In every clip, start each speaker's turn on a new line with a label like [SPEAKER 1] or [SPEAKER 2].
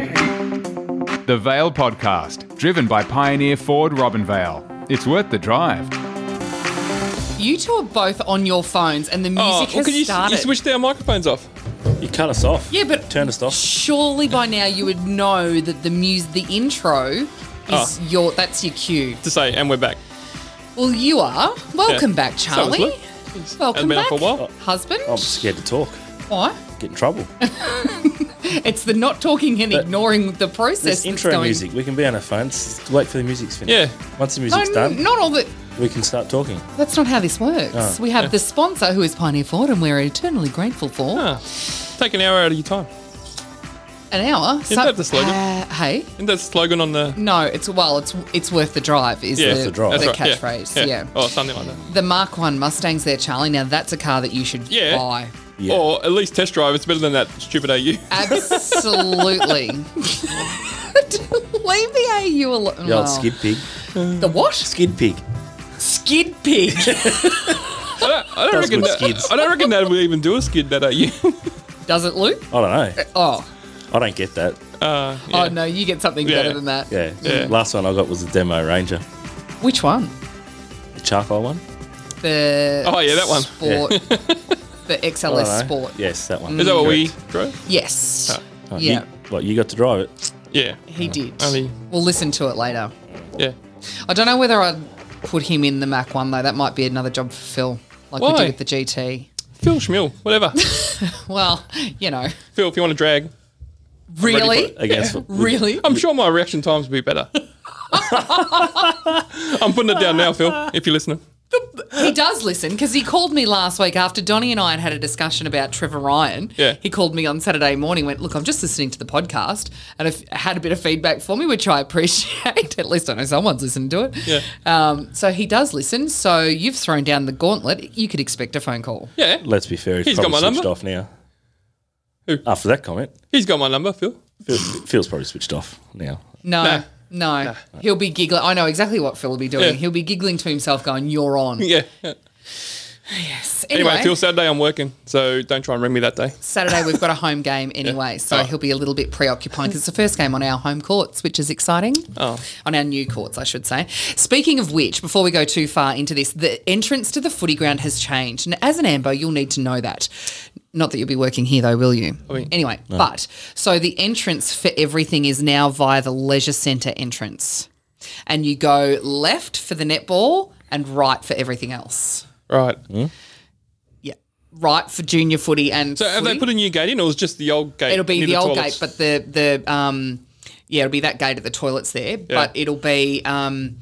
[SPEAKER 1] The Vale Podcast, driven by Pioneer Ford Robinvale. It's worth the drive.
[SPEAKER 2] You two are both on your phones, and the music
[SPEAKER 3] Oh, well,
[SPEAKER 2] has
[SPEAKER 3] can you,
[SPEAKER 2] started.
[SPEAKER 3] you switched our microphones off?
[SPEAKER 4] You cut us off.
[SPEAKER 2] yeah, but
[SPEAKER 4] Turn us off.
[SPEAKER 2] Surely by now you would know that the muse, the intro, is
[SPEAKER 3] Oh.
[SPEAKER 2] your that's your cue.
[SPEAKER 3] To say, and we're back.
[SPEAKER 2] Well, you are. Welcome
[SPEAKER 3] Yeah.
[SPEAKER 2] back,
[SPEAKER 3] So was
[SPEAKER 2] Charlie.
[SPEAKER 3] Luke.
[SPEAKER 2] Welcome
[SPEAKER 3] been
[SPEAKER 2] back,
[SPEAKER 3] up for a while. Oh.
[SPEAKER 2] husband.
[SPEAKER 4] I'm scared to talk.
[SPEAKER 2] Why?
[SPEAKER 4] Get in trouble.
[SPEAKER 2] It's the not talking and
[SPEAKER 4] But
[SPEAKER 2] ignoring the process.
[SPEAKER 4] There's
[SPEAKER 2] that's
[SPEAKER 4] intro
[SPEAKER 2] going-
[SPEAKER 4] music. We can be on our phones. Just wait for the music's finished.
[SPEAKER 3] Yeah.
[SPEAKER 4] Once the
[SPEAKER 2] No,
[SPEAKER 4] music's
[SPEAKER 2] n-
[SPEAKER 4] done,
[SPEAKER 2] not all the.
[SPEAKER 4] we can start talking.
[SPEAKER 2] That's not how this works.
[SPEAKER 3] Ah.
[SPEAKER 2] we have the sponsor who is Pioneer Ford, and we're eternally grateful for
[SPEAKER 3] Ah, take an hour out of your time.
[SPEAKER 2] an hour.
[SPEAKER 3] Isn't that the slogan?
[SPEAKER 2] Uh, hey,
[SPEAKER 3] Isn't that the slogan on the.
[SPEAKER 2] No, it's well, it's it's worth the drive is
[SPEAKER 3] Yeah,
[SPEAKER 2] the,
[SPEAKER 3] it's
[SPEAKER 4] the drive.
[SPEAKER 2] the
[SPEAKER 3] That's right,
[SPEAKER 2] catchphrase. Yeah.
[SPEAKER 3] Or something like that.
[SPEAKER 2] The Mark One Mustangs there, Charlie. Now that's a car that you should
[SPEAKER 3] Yeah.
[SPEAKER 2] buy.
[SPEAKER 4] Yeah.
[SPEAKER 3] Or at least test drive. It's better than that stupid AU.
[SPEAKER 2] Absolutely. Leave the AU alone. Oh.
[SPEAKER 4] The old skid pig.
[SPEAKER 2] The what?
[SPEAKER 4] Skid pig.
[SPEAKER 2] Skid pig.
[SPEAKER 3] I don't,
[SPEAKER 4] Those
[SPEAKER 3] reckon
[SPEAKER 4] good
[SPEAKER 3] that,
[SPEAKER 4] skids.
[SPEAKER 3] I don't reckon that we even do a Uh, skid that AU.
[SPEAKER 2] Does it, Luke?
[SPEAKER 4] I don't know.
[SPEAKER 2] Oh,
[SPEAKER 4] I don't get that.
[SPEAKER 3] Uh, yeah.
[SPEAKER 2] oh no, you get something
[SPEAKER 3] Yeah.
[SPEAKER 2] better than that.
[SPEAKER 4] Yeah.
[SPEAKER 3] Yeah.
[SPEAKER 4] Last one I got was the demo ranger,
[SPEAKER 2] Which one?
[SPEAKER 4] the charcoal one.
[SPEAKER 2] The
[SPEAKER 3] Oh, yeah, that one.
[SPEAKER 2] Sport. the
[SPEAKER 4] I
[SPEAKER 2] XLS
[SPEAKER 4] don't know.
[SPEAKER 2] Sport.
[SPEAKER 4] Yes, that one.
[SPEAKER 3] Is that what we
[SPEAKER 4] Correct.
[SPEAKER 3] drove?
[SPEAKER 2] Yes.
[SPEAKER 4] Oh, you-
[SPEAKER 2] yeah,
[SPEAKER 4] What you got to drive it?
[SPEAKER 3] Yeah.
[SPEAKER 2] he did.
[SPEAKER 3] Only-
[SPEAKER 2] We'll listen to it later.
[SPEAKER 3] Yeah.
[SPEAKER 2] I don't know whether I'd put him in the Mac one though. That might be another job for Phil, like we
[SPEAKER 3] Why?
[SPEAKER 2] did with the GT.
[SPEAKER 3] Phil Schmiel, whatever.
[SPEAKER 2] Well, you know,
[SPEAKER 3] Phil, if you want to drag,
[SPEAKER 2] really,
[SPEAKER 4] Against
[SPEAKER 2] really.
[SPEAKER 3] I'm sure my reaction times will be better. I'm putting it down now, Phil, if you're listening.
[SPEAKER 2] He does listen because he called me last week after Donnie and I had had a discussion about Trevor Ryan.
[SPEAKER 3] Yeah.
[SPEAKER 2] He called me on Saturday morning. Went, look, I'm just listening to the podcast and I've had a bit of feedback for me, which I appreciate. At least I know someone's listened to it.
[SPEAKER 3] Yeah.
[SPEAKER 2] Um, so he does listen. So you've thrown down the gauntlet. You could expect a phone call.
[SPEAKER 3] Yeah.
[SPEAKER 4] Let's be fair. He's,
[SPEAKER 3] He's got
[SPEAKER 4] probably
[SPEAKER 3] my
[SPEAKER 4] switched
[SPEAKER 3] number.
[SPEAKER 4] off now.
[SPEAKER 3] Who?
[SPEAKER 4] After that comment,
[SPEAKER 3] He's got my number, Phil.
[SPEAKER 4] Phil, Phil's probably switched off now.
[SPEAKER 2] No.
[SPEAKER 3] Nah.
[SPEAKER 2] No, he'll be giggling. I know exactly what Phil will be doing.
[SPEAKER 3] Yeah.
[SPEAKER 2] He'll be giggling to himself, going, "You're on."
[SPEAKER 3] Yeah. yeah. Anyway, Phil, Saturday I'm working, so don't try and ring me that day.
[SPEAKER 2] Saturday we've got a home game anyway, so
[SPEAKER 3] Oh.
[SPEAKER 2] he'll be a little bit preoccupied because it's the first game on our home courts, which is exciting.
[SPEAKER 3] Oh.
[SPEAKER 2] On our new courts, I should say. Speaking of which, before we go too far into this, the entrance to the footy ground has changed. And as an AMBO, you'll need to know that. Not that you'll be working here though, will you? anyway, but so the entrance for everything is now via the leisure centre entrance. And you go left for the netball and right for everything else.
[SPEAKER 3] Right.
[SPEAKER 4] Hmm?
[SPEAKER 2] Yeah. Right for junior footy and
[SPEAKER 3] So have they
[SPEAKER 2] footy.
[SPEAKER 3] put a new gate in, or is just the old gate?
[SPEAKER 2] It'll be
[SPEAKER 3] near
[SPEAKER 2] the old
[SPEAKER 3] toilets?
[SPEAKER 2] gate, but the the um yeah, it'll be that gate at the toilets there, but it'll be um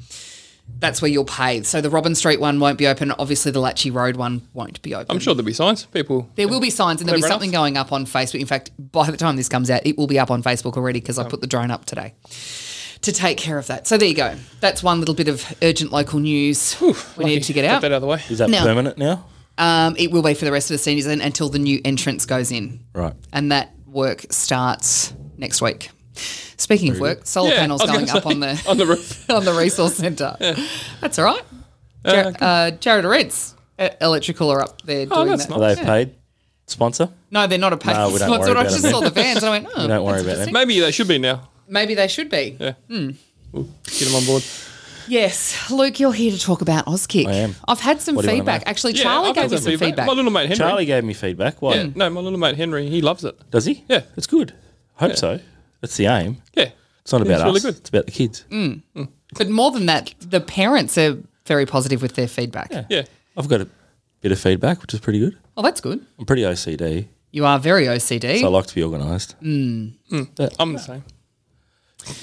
[SPEAKER 2] that's where you'll pay. So the Robin Street one won't be open. Obviously, the Latchy Road one won't be open.
[SPEAKER 3] I'm sure there'll be signs. People.
[SPEAKER 2] There will be signs and there'll be
[SPEAKER 3] Clever
[SPEAKER 2] something going up on Facebook. In fact, by the time this comes out, it will be up on Facebook already because I put the drone up today to take care of that. So there you go. That's one little bit of urgent local news we need to get
[SPEAKER 3] Get
[SPEAKER 2] out.
[SPEAKER 3] that out of the way.
[SPEAKER 4] Is that
[SPEAKER 2] No.
[SPEAKER 4] permanent now?
[SPEAKER 2] Um, it will be for the rest of the season until the new entrance goes in.
[SPEAKER 4] Right.
[SPEAKER 2] and that work starts next week. Speaking of work, solar
[SPEAKER 3] Yeah,
[SPEAKER 2] panels
[SPEAKER 3] I was
[SPEAKER 2] going
[SPEAKER 3] gonna
[SPEAKER 2] up on
[SPEAKER 3] say,
[SPEAKER 2] the
[SPEAKER 3] on the roof.
[SPEAKER 2] on the resource centre. That's all right. Jar- uh, Jared Reds uh, Electrical are up there doing
[SPEAKER 3] Oh, that's
[SPEAKER 2] that.
[SPEAKER 3] nice.
[SPEAKER 4] Are they paid sponsor?
[SPEAKER 2] No, they're not a paid
[SPEAKER 4] No, we don't
[SPEAKER 2] sponsor.
[SPEAKER 4] worry
[SPEAKER 2] I
[SPEAKER 4] about
[SPEAKER 2] just
[SPEAKER 4] them.
[SPEAKER 2] saw the vans and I went, oh,
[SPEAKER 4] don't worry
[SPEAKER 2] that's
[SPEAKER 4] about them.
[SPEAKER 2] interesting.
[SPEAKER 3] Maybe they should be now.
[SPEAKER 2] Maybe they should be.
[SPEAKER 3] Yeah. We'll get them on board.
[SPEAKER 2] Yes, Luke, you're here to talk about Auskick.
[SPEAKER 4] I am.
[SPEAKER 2] I've had some
[SPEAKER 4] What do you wanna
[SPEAKER 2] feedback.
[SPEAKER 4] make?
[SPEAKER 2] Actually,
[SPEAKER 3] Yeah,
[SPEAKER 2] Charlie
[SPEAKER 3] I've
[SPEAKER 2] gave
[SPEAKER 3] had
[SPEAKER 2] me
[SPEAKER 3] some
[SPEAKER 2] some feedback.
[SPEAKER 3] My little mate Henry.
[SPEAKER 4] Charlie gave me feedback. Why?
[SPEAKER 3] Yeah. No, my little mate Henry. He loves it.
[SPEAKER 4] Does he?
[SPEAKER 3] Yeah.
[SPEAKER 4] It's good. Hope so. That's the aim.
[SPEAKER 3] Yeah.
[SPEAKER 4] It's not about
[SPEAKER 3] It's really
[SPEAKER 4] us.
[SPEAKER 3] good.
[SPEAKER 4] It's about the kids.
[SPEAKER 2] Mm. But more than that, the parents are very positive with their feedback.
[SPEAKER 3] Yeah.
[SPEAKER 4] I've got a bit of feedback, which is pretty good.
[SPEAKER 2] Oh, that's good.
[SPEAKER 4] I'm pretty OCD,
[SPEAKER 2] You are very OCD.
[SPEAKER 4] so I like to be organised.
[SPEAKER 2] Mm.
[SPEAKER 3] I'm the same.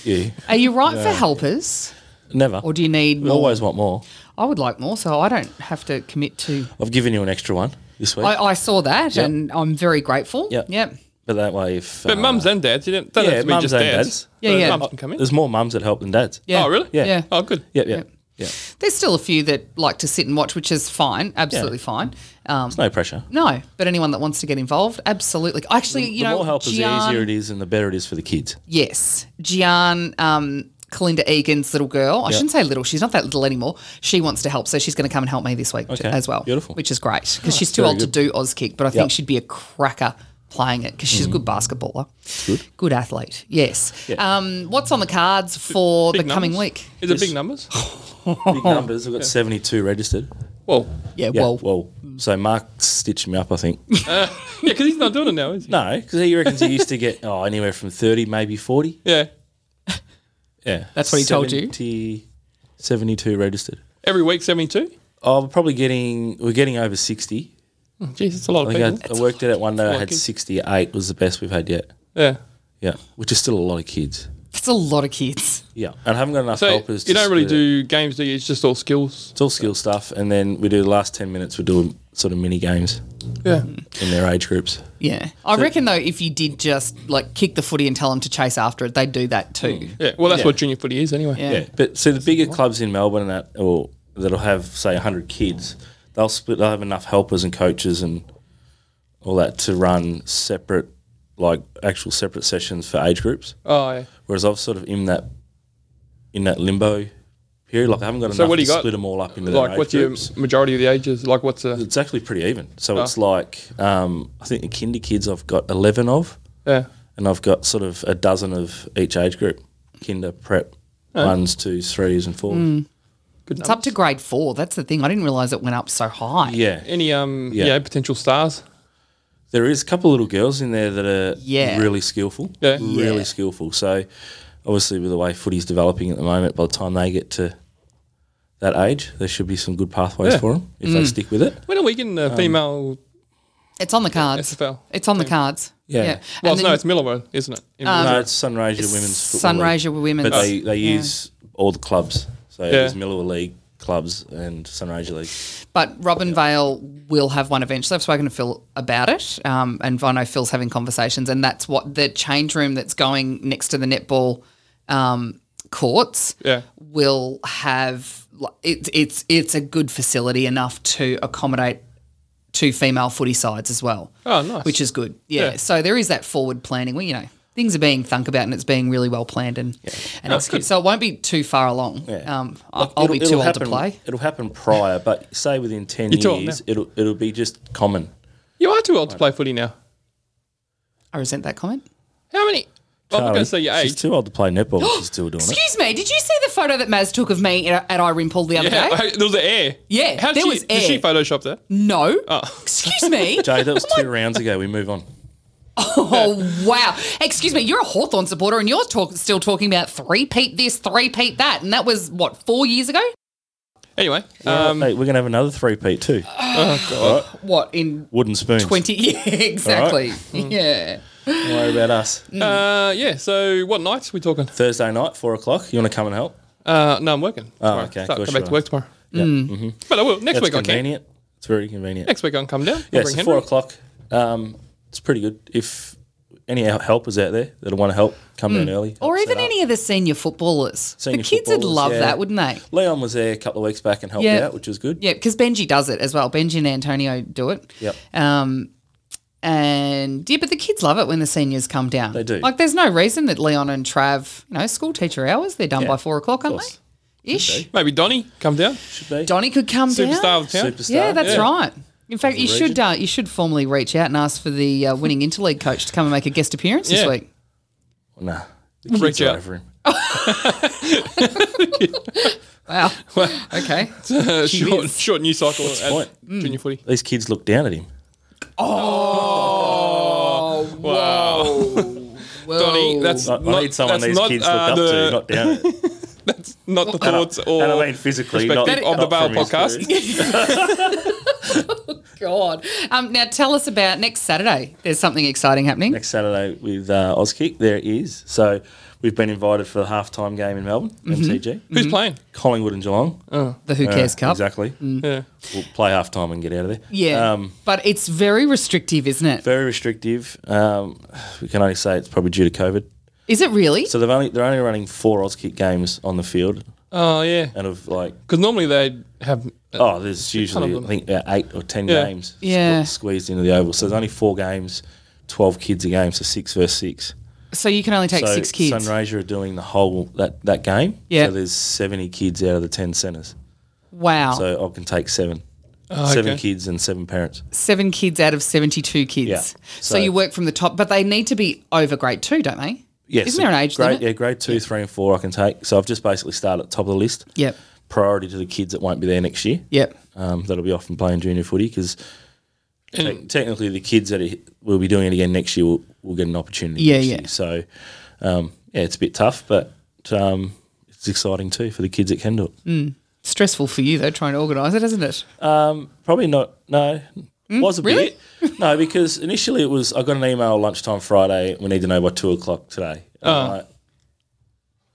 [SPEAKER 4] You
[SPEAKER 2] Are you right for helpers,
[SPEAKER 4] never.
[SPEAKER 2] or do you need
[SPEAKER 4] We
[SPEAKER 2] more?
[SPEAKER 4] always want more.
[SPEAKER 2] I would like more, so I don't have to commit to.
[SPEAKER 4] I've given you an extra one this week,
[SPEAKER 2] I, I saw that, and I'm very grateful.
[SPEAKER 4] Yep.
[SPEAKER 2] Yep.
[SPEAKER 4] but that way, if
[SPEAKER 3] But
[SPEAKER 4] uh,
[SPEAKER 3] mums and dads, you don't, don't
[SPEAKER 4] yeah,
[SPEAKER 3] have to be
[SPEAKER 4] mums
[SPEAKER 3] just
[SPEAKER 4] and
[SPEAKER 3] dads.
[SPEAKER 4] dads.
[SPEAKER 2] Yeah,
[SPEAKER 3] Uh,
[SPEAKER 2] yeah.
[SPEAKER 3] Mums can come in.
[SPEAKER 4] there's more mums that help than dads.
[SPEAKER 2] Yeah.
[SPEAKER 3] Oh, really?
[SPEAKER 4] Yeah.
[SPEAKER 2] Yeah.
[SPEAKER 3] Oh, good.
[SPEAKER 4] Yep. Yep.
[SPEAKER 2] Yep.
[SPEAKER 4] Yeah.
[SPEAKER 2] There's still a few that like to sit and watch, which is fine, absolutely fine. Um,
[SPEAKER 4] No pressure.
[SPEAKER 2] no, but anyone that wants to get involved, absolutely. Actually, you
[SPEAKER 4] the
[SPEAKER 2] know,
[SPEAKER 4] more helpers, the
[SPEAKER 2] Gian-
[SPEAKER 4] easier it is, and the better it is for the kids.
[SPEAKER 2] Yes, Gian, um, Kalinda Egan's little girl. I shouldn't say little; she's not that little anymore. She wants to help, so she's going to come and help me this week t-
[SPEAKER 4] Okay,
[SPEAKER 2] as well.
[SPEAKER 4] beautiful.
[SPEAKER 2] which is great because she's too old to do Auskick, but I think she'd be a cracker playing it because she's a good basketballer, good, good athlete. Yes. Um, what's on the cards for the
[SPEAKER 3] Big
[SPEAKER 2] coming
[SPEAKER 3] numbers.
[SPEAKER 2] week?
[SPEAKER 3] Is it big numbers?
[SPEAKER 4] Big numbers. We've got 72 registered.
[SPEAKER 3] Well,
[SPEAKER 2] Yeah.
[SPEAKER 4] Yeah,
[SPEAKER 2] well,
[SPEAKER 4] well, so Mark stitched me up, I think.
[SPEAKER 3] yeah, because he's not doing it now, is he?
[SPEAKER 4] no, because he reckons he used to get oh, anywhere from 30, maybe 40.
[SPEAKER 3] Yeah.
[SPEAKER 4] Yeah.
[SPEAKER 2] That's what he told you?
[SPEAKER 4] 70 72 registered.
[SPEAKER 3] Every week, 72?
[SPEAKER 4] Oh, we're probably getting, we're getting over 60.
[SPEAKER 3] Jeez, that's a lot
[SPEAKER 4] I
[SPEAKER 3] of people.
[SPEAKER 4] think I, I worked it out one day. I had
[SPEAKER 3] Fucking-
[SPEAKER 4] 68 was the best we've had yet.
[SPEAKER 3] Yeah.
[SPEAKER 4] Yeah. Which is still a lot of kids.
[SPEAKER 2] that's a lot of kids.
[SPEAKER 4] Yeah. And I haven't got enough
[SPEAKER 3] So
[SPEAKER 4] helpers.
[SPEAKER 3] you
[SPEAKER 4] to
[SPEAKER 3] don't really
[SPEAKER 4] split it.
[SPEAKER 3] do games, do you? It's just all skills.
[SPEAKER 4] It's all skill stuff. And then we do the last 10 minutes, we do sort of mini games
[SPEAKER 3] Yeah.
[SPEAKER 4] in their age groups.
[SPEAKER 2] Yeah. I reckon though, if you did just like kick the footy and tell them to chase after it, they'd do that too.
[SPEAKER 3] Yeah. Well, that's
[SPEAKER 4] Yeah.
[SPEAKER 3] what junior footy is anyway.
[SPEAKER 2] Yeah.
[SPEAKER 4] Yeah, but see the bigger clubs in Melbourne and that, or that'll have say hundred kids, they'll split. They'll have enough helpers and coaches and all that to run separate, like actual separate sessions for age groups.
[SPEAKER 3] Oh, yeah.
[SPEAKER 4] Whereas I've sort of in that, in that limbo period, like I haven't got enough
[SPEAKER 3] So what do
[SPEAKER 4] to
[SPEAKER 3] you got?
[SPEAKER 4] split them all up into their
[SPEAKER 3] Like,
[SPEAKER 4] age
[SPEAKER 3] what's
[SPEAKER 4] groups.
[SPEAKER 3] your Ah. majority of the ages? Like, what's a.
[SPEAKER 4] It's actually pretty even. So it's like um, I think the kinder kids I've got eleven of,
[SPEAKER 3] Yeah.
[SPEAKER 4] and I've got sort of a dozen of each age group: kinder, prep,
[SPEAKER 3] Ah.
[SPEAKER 4] ones, twos, threes, and fours.
[SPEAKER 3] Hmm. Good
[SPEAKER 2] It's up to grade four. That's the thing. I didn't realize it went up so high.
[SPEAKER 4] Yeah,
[SPEAKER 3] Any um
[SPEAKER 4] Yeah.
[SPEAKER 3] yeah. potential stars?
[SPEAKER 4] There is a couple little girls in there that are
[SPEAKER 2] Yeah.
[SPEAKER 4] really skillful.
[SPEAKER 3] Yeah.
[SPEAKER 4] Really
[SPEAKER 2] Yeah.
[SPEAKER 4] skillful. So obviously with the way footy's developing at the moment, by the time they get to that age, there should be some good pathways
[SPEAKER 3] Yeah. Mm.
[SPEAKER 4] for 'em for them if they stick with it.
[SPEAKER 3] When are we getting
[SPEAKER 4] Um,
[SPEAKER 3] a female?
[SPEAKER 2] It's on the cards.
[SPEAKER 3] SFL.
[SPEAKER 2] It's on the cards.
[SPEAKER 4] Yeah.
[SPEAKER 3] Well,
[SPEAKER 2] And
[SPEAKER 3] it's-
[SPEAKER 2] then- Uh,
[SPEAKER 3] no, it's Millwall, isn't it? In
[SPEAKER 4] no,
[SPEAKER 3] Millerbone.
[SPEAKER 4] it's Sunraysia Women's Football
[SPEAKER 2] Um, Sunraysia
[SPEAKER 4] League.
[SPEAKER 2] Women's.
[SPEAKER 4] But they, they
[SPEAKER 2] Yeah.
[SPEAKER 4] use all the clubs. So
[SPEAKER 3] Yeah.
[SPEAKER 4] there's Miller League clubs and Sunraysia League.
[SPEAKER 2] But Robin Vale will have one eventually. I've spoken to Phil about it, um, and I know Phil's having conversations, and that's what the change room that's going next to the netball um, courts
[SPEAKER 3] Yeah.
[SPEAKER 2] will have. li- It's it's it's a good facility enough to accommodate two female footy sides as well.
[SPEAKER 3] Oh, nice.
[SPEAKER 2] Which is good. Yeah.
[SPEAKER 3] Yeah.
[SPEAKER 2] So there is that forward planning. Well, you know. Things are being thunk about, and it's being really well planned and, and executed. So it won't be too far along.
[SPEAKER 4] Yeah.
[SPEAKER 2] Um, I'll, I'll be too old
[SPEAKER 4] happen,
[SPEAKER 2] to play.
[SPEAKER 4] It'll happen prior, but say within 10
[SPEAKER 3] You're too old
[SPEAKER 4] years,
[SPEAKER 3] now.
[SPEAKER 4] it'll, it'll be just common.
[SPEAKER 3] you are too old to play footy now.
[SPEAKER 2] I resent that comment.
[SPEAKER 3] How many? Well, I'm not going to say your
[SPEAKER 4] She's
[SPEAKER 3] age.
[SPEAKER 4] too old to play netball, but she's still doing it.
[SPEAKER 2] Excuse me, did you see the photo that Maz took of me at, at Irimple the other
[SPEAKER 3] yeah,
[SPEAKER 2] day?
[SPEAKER 3] there was an air.
[SPEAKER 2] Yeah,
[SPEAKER 3] How did
[SPEAKER 2] there
[SPEAKER 3] she,
[SPEAKER 2] was
[SPEAKER 3] Did she
[SPEAKER 2] air.
[SPEAKER 3] Photoshop that?
[SPEAKER 2] no.
[SPEAKER 4] Oh.
[SPEAKER 2] Excuse me.
[SPEAKER 4] Jay, that was two rounds ago. We move on.
[SPEAKER 2] oh, wow. Excuse me, you're a Hawthorn supporter and you're talk, still talking about three-peat this, three-peat that. And that was, what, four years ago?
[SPEAKER 3] Anyway,
[SPEAKER 4] Um,
[SPEAKER 3] um, Oh,
[SPEAKER 4] hey, we're gonna have another three peat too.
[SPEAKER 2] What, in
[SPEAKER 4] Wooden spoons.
[SPEAKER 2] 20? Yeah, exactly.
[SPEAKER 4] Hmm.
[SPEAKER 2] Yeah.
[SPEAKER 4] Don't worry about us.
[SPEAKER 3] uh, yeah. So what nights we talking?
[SPEAKER 4] Thursday night, four o'clock. You want to come and help?
[SPEAKER 3] Uh, no, I'm working. tomorrow.
[SPEAKER 4] Oh, okay, of
[SPEAKER 3] Start,
[SPEAKER 4] course
[SPEAKER 3] come
[SPEAKER 4] you
[SPEAKER 3] back to
[SPEAKER 4] are.
[SPEAKER 3] work tomorrow.
[SPEAKER 4] Yeah,
[SPEAKER 2] Mm.
[SPEAKER 4] Mm-hmm.
[SPEAKER 3] But I will next
[SPEAKER 4] that's
[SPEAKER 3] week. I can.
[SPEAKER 4] convenient. It's very convenient.
[SPEAKER 3] Next week I can come down. I'll
[SPEAKER 4] yeah,
[SPEAKER 3] bring
[SPEAKER 4] so
[SPEAKER 3] Henry.
[SPEAKER 4] four o'clock. Um, it's pretty good. If any hel- helpers out there that want to help, come in
[SPEAKER 3] Hmm.
[SPEAKER 4] early. help
[SPEAKER 2] Or
[SPEAKER 4] set
[SPEAKER 2] even
[SPEAKER 4] up.
[SPEAKER 2] any of the senior footballers.
[SPEAKER 4] Senior
[SPEAKER 2] the kids would
[SPEAKER 4] footballers,
[SPEAKER 2] love
[SPEAKER 4] yeah.
[SPEAKER 2] that, wouldn't they?
[SPEAKER 4] Leon was there a couple of weeks back and helped
[SPEAKER 2] Yeah.
[SPEAKER 4] out, which was good.
[SPEAKER 2] Yeah, because Benji does it as well. Benji and Antonio do it.
[SPEAKER 4] Yep.
[SPEAKER 2] Um, and yeah, but the kids love it when the seniors come down. They
[SPEAKER 4] do.
[SPEAKER 2] Like, there's no reason that Leon and Trav, you know, school teacher hours, they're done by four o'clock, aren't
[SPEAKER 4] course.
[SPEAKER 2] they? Ish.
[SPEAKER 3] Maybe Donny come down.
[SPEAKER 4] Should be.
[SPEAKER 2] Donnie could come
[SPEAKER 3] Superstar
[SPEAKER 2] down.
[SPEAKER 3] of the town.
[SPEAKER 4] Superstar.
[SPEAKER 2] Yeah, that's
[SPEAKER 3] Yeah.
[SPEAKER 2] right. In fact, you should
[SPEAKER 4] region.
[SPEAKER 2] uh, you should formally reach out and ask for the uh, winning interleague coach to come and make a guest appearance this
[SPEAKER 3] Yeah.
[SPEAKER 2] week.
[SPEAKER 4] Nah, the kids
[SPEAKER 3] Reach
[SPEAKER 4] are
[SPEAKER 3] out.
[SPEAKER 4] over him.
[SPEAKER 2] Wow. okay.
[SPEAKER 3] Uh, short,
[SPEAKER 2] is. Mm.
[SPEAKER 3] short news cycle at
[SPEAKER 4] point?
[SPEAKER 3] junior footy.
[SPEAKER 4] These kids look down at him.
[SPEAKER 2] Whoa.
[SPEAKER 3] Donnie, that's
[SPEAKER 4] I, I
[SPEAKER 3] not,
[SPEAKER 4] need someone
[SPEAKER 3] that's
[SPEAKER 4] these
[SPEAKER 3] not,
[SPEAKER 4] kids look
[SPEAKER 3] uh,
[SPEAKER 4] up
[SPEAKER 3] the,
[SPEAKER 4] to, not down. At.
[SPEAKER 3] not the thoughts or
[SPEAKER 4] and I mean physically, not,
[SPEAKER 3] perspective of
[SPEAKER 4] not
[SPEAKER 3] the Bale
[SPEAKER 4] from his
[SPEAKER 3] podcast.
[SPEAKER 4] experience.
[SPEAKER 2] God. Um, now tell us about next Saturday. There's something exciting happening.
[SPEAKER 4] next Saturday with uh, Auskick. There it is. So we've been invited for the halftime game in Melbourne,
[SPEAKER 2] Mm-hmm.
[SPEAKER 4] MTG.
[SPEAKER 3] Who's playing?
[SPEAKER 4] Collingwood and Geelong.
[SPEAKER 2] the Who Cares Uh, Cup. Mm.
[SPEAKER 4] uh, Exactly.
[SPEAKER 3] Yeah.
[SPEAKER 4] We'll play halftime and get out of there.
[SPEAKER 2] Yeah.
[SPEAKER 4] Um,
[SPEAKER 2] but it's very restrictive, isn't it?
[SPEAKER 4] very restrictive. Um, we can only say it's probably due to COVID.
[SPEAKER 2] Is it really?
[SPEAKER 4] So they've only they're only running four Auskick games on the field
[SPEAKER 3] Oh yeah.
[SPEAKER 4] out of like
[SPEAKER 3] Because normally they have.
[SPEAKER 4] oh, there's usually I
[SPEAKER 3] them.
[SPEAKER 4] think about eight or ten
[SPEAKER 3] Yeah.
[SPEAKER 4] games squ-
[SPEAKER 2] Yeah.
[SPEAKER 4] squeezed into the oval. So there's only four games, twelve kids a game, so six versus six.
[SPEAKER 2] so you can only take
[SPEAKER 4] so
[SPEAKER 2] six kids.
[SPEAKER 4] Sunraysia are doing the whole that, that game.
[SPEAKER 2] Yeah.
[SPEAKER 4] So there's 70 kids out of the 10 centres.
[SPEAKER 2] Wow.
[SPEAKER 4] So I can take seven. seven
[SPEAKER 3] okay.
[SPEAKER 4] kids and seven parents.
[SPEAKER 2] Seven kids out of 72 kids.
[SPEAKER 4] Yeah.
[SPEAKER 2] So,
[SPEAKER 4] So-
[SPEAKER 2] you work from the top, but they need to be over grade two, don't they?
[SPEAKER 4] Yes.
[SPEAKER 2] Isn't there an age
[SPEAKER 4] grade,
[SPEAKER 2] limit?
[SPEAKER 4] Yeah, grade two, three, and four I can take. So I've just basically started at top of the list.
[SPEAKER 2] Yep.
[SPEAKER 4] Priority to the kids that won't be there next year.
[SPEAKER 2] Yep.
[SPEAKER 4] Um, that'll be off and playing junior footy because technically the kids that are, will be doing it again next year will, will get an opportunity.
[SPEAKER 2] Yeah,
[SPEAKER 4] next
[SPEAKER 2] yeah.
[SPEAKER 4] Year. So um, yeah, it's a bit tough, but um, it's exciting too for the kids that can do it.
[SPEAKER 2] Stressful for you, though, trying to organise it, isn't it?
[SPEAKER 4] Probably not. No, was a
[SPEAKER 2] really?
[SPEAKER 4] bit. No, because initially it was. I got an email lunchtime Friday. We need to know by two o'clock today. And I'm like,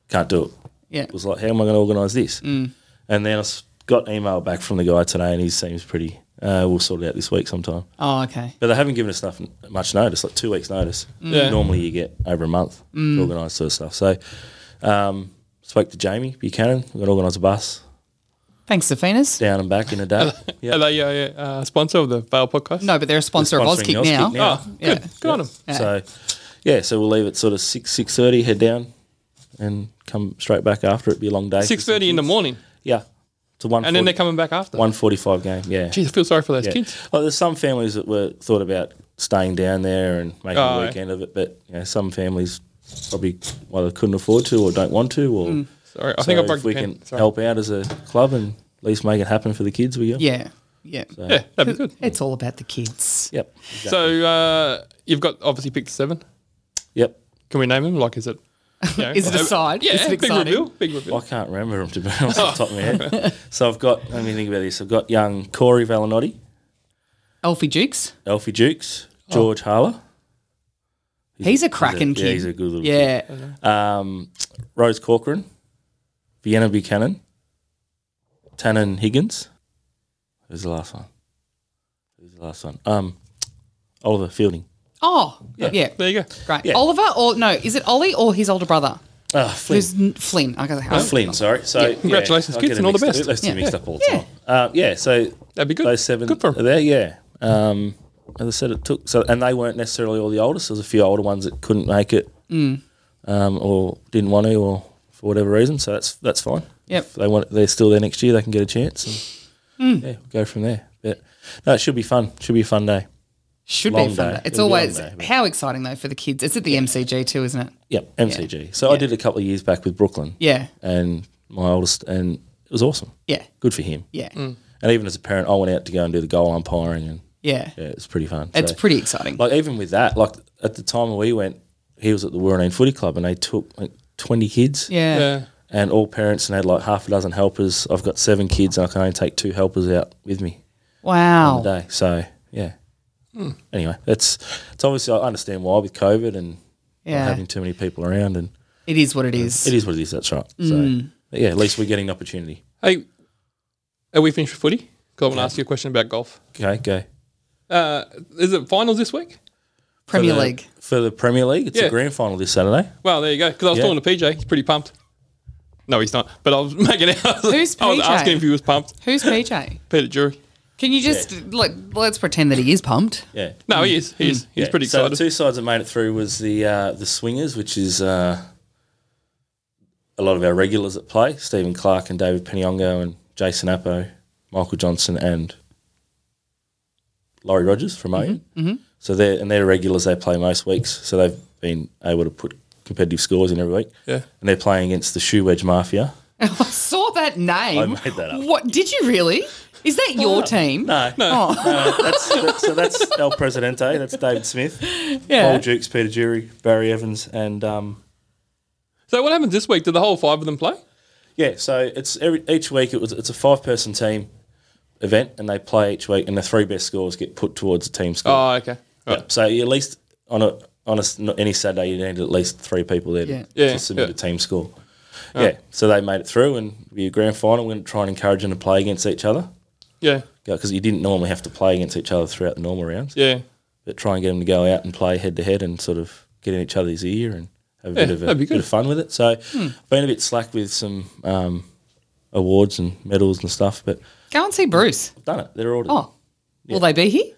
[SPEAKER 4] can't do it.
[SPEAKER 2] Yeah.
[SPEAKER 4] It was like, how am I going to organise this? Mm. And then I s- got an email back from the guy today, and he seems pretty. Uh, we'll sort it out this week sometime.
[SPEAKER 2] Oh, okay.
[SPEAKER 4] But they haven't given us enough much notice, like two weeks' notice.
[SPEAKER 3] Yeah.
[SPEAKER 4] Normally you get over a month to organise sort of stuff. So um, spoke to Jamie Buchanan. We got to organise a bus
[SPEAKER 2] Thanks, Safinas.
[SPEAKER 4] down and back in a day.
[SPEAKER 3] Are they uh, yeah, uh, sponsor of the Vale podcast?
[SPEAKER 2] No, but they're a sponsor of
[SPEAKER 4] Sponsoring
[SPEAKER 2] Auskick
[SPEAKER 4] Auskick
[SPEAKER 2] now.
[SPEAKER 4] now.
[SPEAKER 3] Oh,
[SPEAKER 2] Yeah.
[SPEAKER 3] good. Good on 'em.
[SPEAKER 2] Yeah.
[SPEAKER 4] So yeah, so we'll leave at sort of six six thirty, head down, and come straight back after. It'd be a long day. for
[SPEAKER 3] Six
[SPEAKER 4] some
[SPEAKER 3] thirty in the
[SPEAKER 4] kids.
[SPEAKER 3] morning,
[SPEAKER 4] Yeah, to one.
[SPEAKER 3] and then they're coming back after.
[SPEAKER 4] one forty five game. Yeah.
[SPEAKER 3] Jeez, I feel sorry for those
[SPEAKER 4] Yeah.
[SPEAKER 3] kids.
[SPEAKER 4] Well, there's some families that were thought about staying down there and making
[SPEAKER 3] Oh,
[SPEAKER 4] a
[SPEAKER 3] yeah.
[SPEAKER 4] weekend of it, but you know, some families probably either couldn't afford to or don't want to. Or
[SPEAKER 3] Sorry, Mm. I think I
[SPEAKER 4] So
[SPEAKER 3] broke
[SPEAKER 4] if we
[SPEAKER 3] the pen.
[SPEAKER 4] can
[SPEAKER 3] Sorry.
[SPEAKER 4] help out as a club and at least make it happen for the kids, we go.
[SPEAKER 2] Yeah. Yeah.
[SPEAKER 3] Yeah, that'd be good.
[SPEAKER 2] It's all about the kids.
[SPEAKER 4] Yep.
[SPEAKER 3] So uh, you've got obviously picked seven.
[SPEAKER 4] Yep.
[SPEAKER 3] Can we name them? Like, is it? You know,
[SPEAKER 2] Is it a side?
[SPEAKER 3] Yeah,
[SPEAKER 2] Is it
[SPEAKER 3] big
[SPEAKER 2] exciting?
[SPEAKER 3] reveal. Big reveal.
[SPEAKER 4] I can't remember them to be honest off the top of my head. So I've got. Let me think about this. I've got young Corey Valenotti.
[SPEAKER 2] Alfie Jukes.
[SPEAKER 4] Alfie Jukes, George Harler.
[SPEAKER 2] Oh. He's a cracking
[SPEAKER 4] yeah,
[SPEAKER 2] kid.
[SPEAKER 4] he's a good little
[SPEAKER 2] Yeah.
[SPEAKER 4] Um, Rose Corcoran, Vienna Buchanan, Tannen Higgins. Who's the last one? Who's the last one? Um, Oliver Fielding.
[SPEAKER 2] Oh, yeah.
[SPEAKER 3] There you go.
[SPEAKER 2] Great.
[SPEAKER 4] Yeah.
[SPEAKER 2] Oliver or no, is it Ollie or his older brother?
[SPEAKER 4] Ah, Flynn.
[SPEAKER 2] Who's n- Flynn? I got
[SPEAKER 4] Ah, Flynn, sorry. So yeah,
[SPEAKER 3] Congratulations,
[SPEAKER 4] I
[SPEAKER 3] kids,
[SPEAKER 4] get
[SPEAKER 3] and all the
[SPEAKER 4] mixed up.
[SPEAKER 3] best.
[SPEAKER 4] Those two
[SPEAKER 2] Yeah.
[SPEAKER 4] mixed up all the
[SPEAKER 2] Yeah.
[SPEAKER 4] time. Uh, yeah, so
[SPEAKER 3] That'd be good.
[SPEAKER 4] those seven
[SPEAKER 3] Good for
[SPEAKER 4] are
[SPEAKER 3] 'em.
[SPEAKER 4] there, yeah. Um, as I said, it took so, and they weren't necessarily all the oldest. There's a few older ones that couldn't make it,
[SPEAKER 3] Mm.
[SPEAKER 4] um, or didn't want to, or for whatever reason. So that's that's fine.
[SPEAKER 2] Yep.
[SPEAKER 4] If they want, they're still there next year. They can get a chance,
[SPEAKER 3] Mm.
[SPEAKER 4] and yeah, go from there. But no, it should be fun. Should be a fun day.
[SPEAKER 2] Should
[SPEAKER 4] Long
[SPEAKER 2] be fun.
[SPEAKER 4] day.
[SPEAKER 2] It's
[SPEAKER 4] It'll be
[SPEAKER 2] always
[SPEAKER 4] long day, but- Mm.
[SPEAKER 2] how exciting though for the kids. It's at the MCG too, isn't it?
[SPEAKER 4] Yep, MCG. So I did a couple of years back with Brooklyn.
[SPEAKER 2] Yeah.
[SPEAKER 4] and my oldest, and it was awesome.
[SPEAKER 2] Yeah.
[SPEAKER 4] good for him.
[SPEAKER 2] Yeah.
[SPEAKER 4] And even as a parent, I went out to go and do the goal umpiring, and
[SPEAKER 2] Yeah.
[SPEAKER 4] yeah, it's pretty fun.
[SPEAKER 2] It's
[SPEAKER 4] So,
[SPEAKER 2] pretty exciting.
[SPEAKER 4] like even with that, like at the time we went, he was at the Warrenine Footy Club, and they took like twenty kids,
[SPEAKER 2] yeah.
[SPEAKER 3] Yeah.
[SPEAKER 4] and all parents, and had like half a dozen helpers. I've got seven kids, and I can only take two helpers out with me
[SPEAKER 2] Wow.
[SPEAKER 4] a day. So yeah.
[SPEAKER 2] Hmm.
[SPEAKER 4] Anyway, that's it's obviously I understand why with COVID and not
[SPEAKER 2] Yeah.
[SPEAKER 4] having too many people around, and
[SPEAKER 2] It is what it is.
[SPEAKER 4] it is what it is. That's right.
[SPEAKER 2] Hmm.
[SPEAKER 4] So but yeah, at least we're getting an opportunity.
[SPEAKER 3] Hey, are we finished with footy? Because I want to ask you a question about golf.
[SPEAKER 4] Okay, go.
[SPEAKER 3] Uh, is it finals this week?
[SPEAKER 2] Premier
[SPEAKER 4] For the-
[SPEAKER 2] League.
[SPEAKER 4] for the Premier League. It's
[SPEAKER 3] Yeah.
[SPEAKER 4] the grand final this Saturday.
[SPEAKER 3] Well, there you go. Because I was
[SPEAKER 4] Yeah.
[SPEAKER 3] talking to PJ. He's pretty pumped. No, he's not. But I was making out. I was-
[SPEAKER 2] Who's
[SPEAKER 3] I was
[SPEAKER 2] PJ?
[SPEAKER 3] asking if he was pumped.
[SPEAKER 2] Who's PJ?
[SPEAKER 3] Peter Jury.
[SPEAKER 2] Can you just like let's pretend that he is pumped?
[SPEAKER 4] Yeah.
[SPEAKER 3] No, he is. He is. He's
[SPEAKER 4] Hmm. Yeah.
[SPEAKER 3] pretty
[SPEAKER 4] so
[SPEAKER 3] excited.
[SPEAKER 4] the two sides that made it through was the uh, the swingers, which is uh, a lot of our regulars that play: Stephen Clark and David Peniongo and Jason Appo, Michael Johnson and Laurie Rogers from Owen. Mm-hmm. So they're and they're regulars. They play most weeks, so they've been able to put competitive scores in every week.
[SPEAKER 3] Yeah.
[SPEAKER 4] and they're playing against the Shoe Wedge Mafia.
[SPEAKER 2] I saw that name.
[SPEAKER 4] I made that up.
[SPEAKER 2] What did you really? Is that your team?
[SPEAKER 4] No, no, that's, that's, so that's El Presidente. That's David Smith.
[SPEAKER 2] Yeah.
[SPEAKER 4] Paul Jukes, Peter Jury, Barry Evans, and um,
[SPEAKER 3] So what happens this week? Do the whole five of them play?
[SPEAKER 4] yeah. So it's every each week. It was it's a five person team event, and they play each week, and the three best scores get put towards a team score.
[SPEAKER 3] Oh, okay. Right.
[SPEAKER 4] Yeah, So you at least on a on a, s- not any Saturday, you need at least three people there
[SPEAKER 2] Yeah.
[SPEAKER 4] to,
[SPEAKER 3] Yeah,
[SPEAKER 4] to submit
[SPEAKER 3] yeah.
[SPEAKER 4] a team score. Yeah. So they made it through, and be a grand final. We're going to try and encourage them to play against each other
[SPEAKER 3] Yeah.
[SPEAKER 4] because you didn't normally have to play against each other throughout the normal rounds.
[SPEAKER 3] Yeah.
[SPEAKER 4] but try and get them to go out and play head to head and sort of get in each other's ear and have a bit of a
[SPEAKER 3] that'd be
[SPEAKER 4] bit
[SPEAKER 3] good.
[SPEAKER 4] of fun with it. So
[SPEAKER 2] Hmm.
[SPEAKER 4] I've been a bit slack with some um, awards and medals and stuff, but
[SPEAKER 2] Go and see Bruce.
[SPEAKER 4] I've done it. They're ordered.
[SPEAKER 2] Oh, will they be here?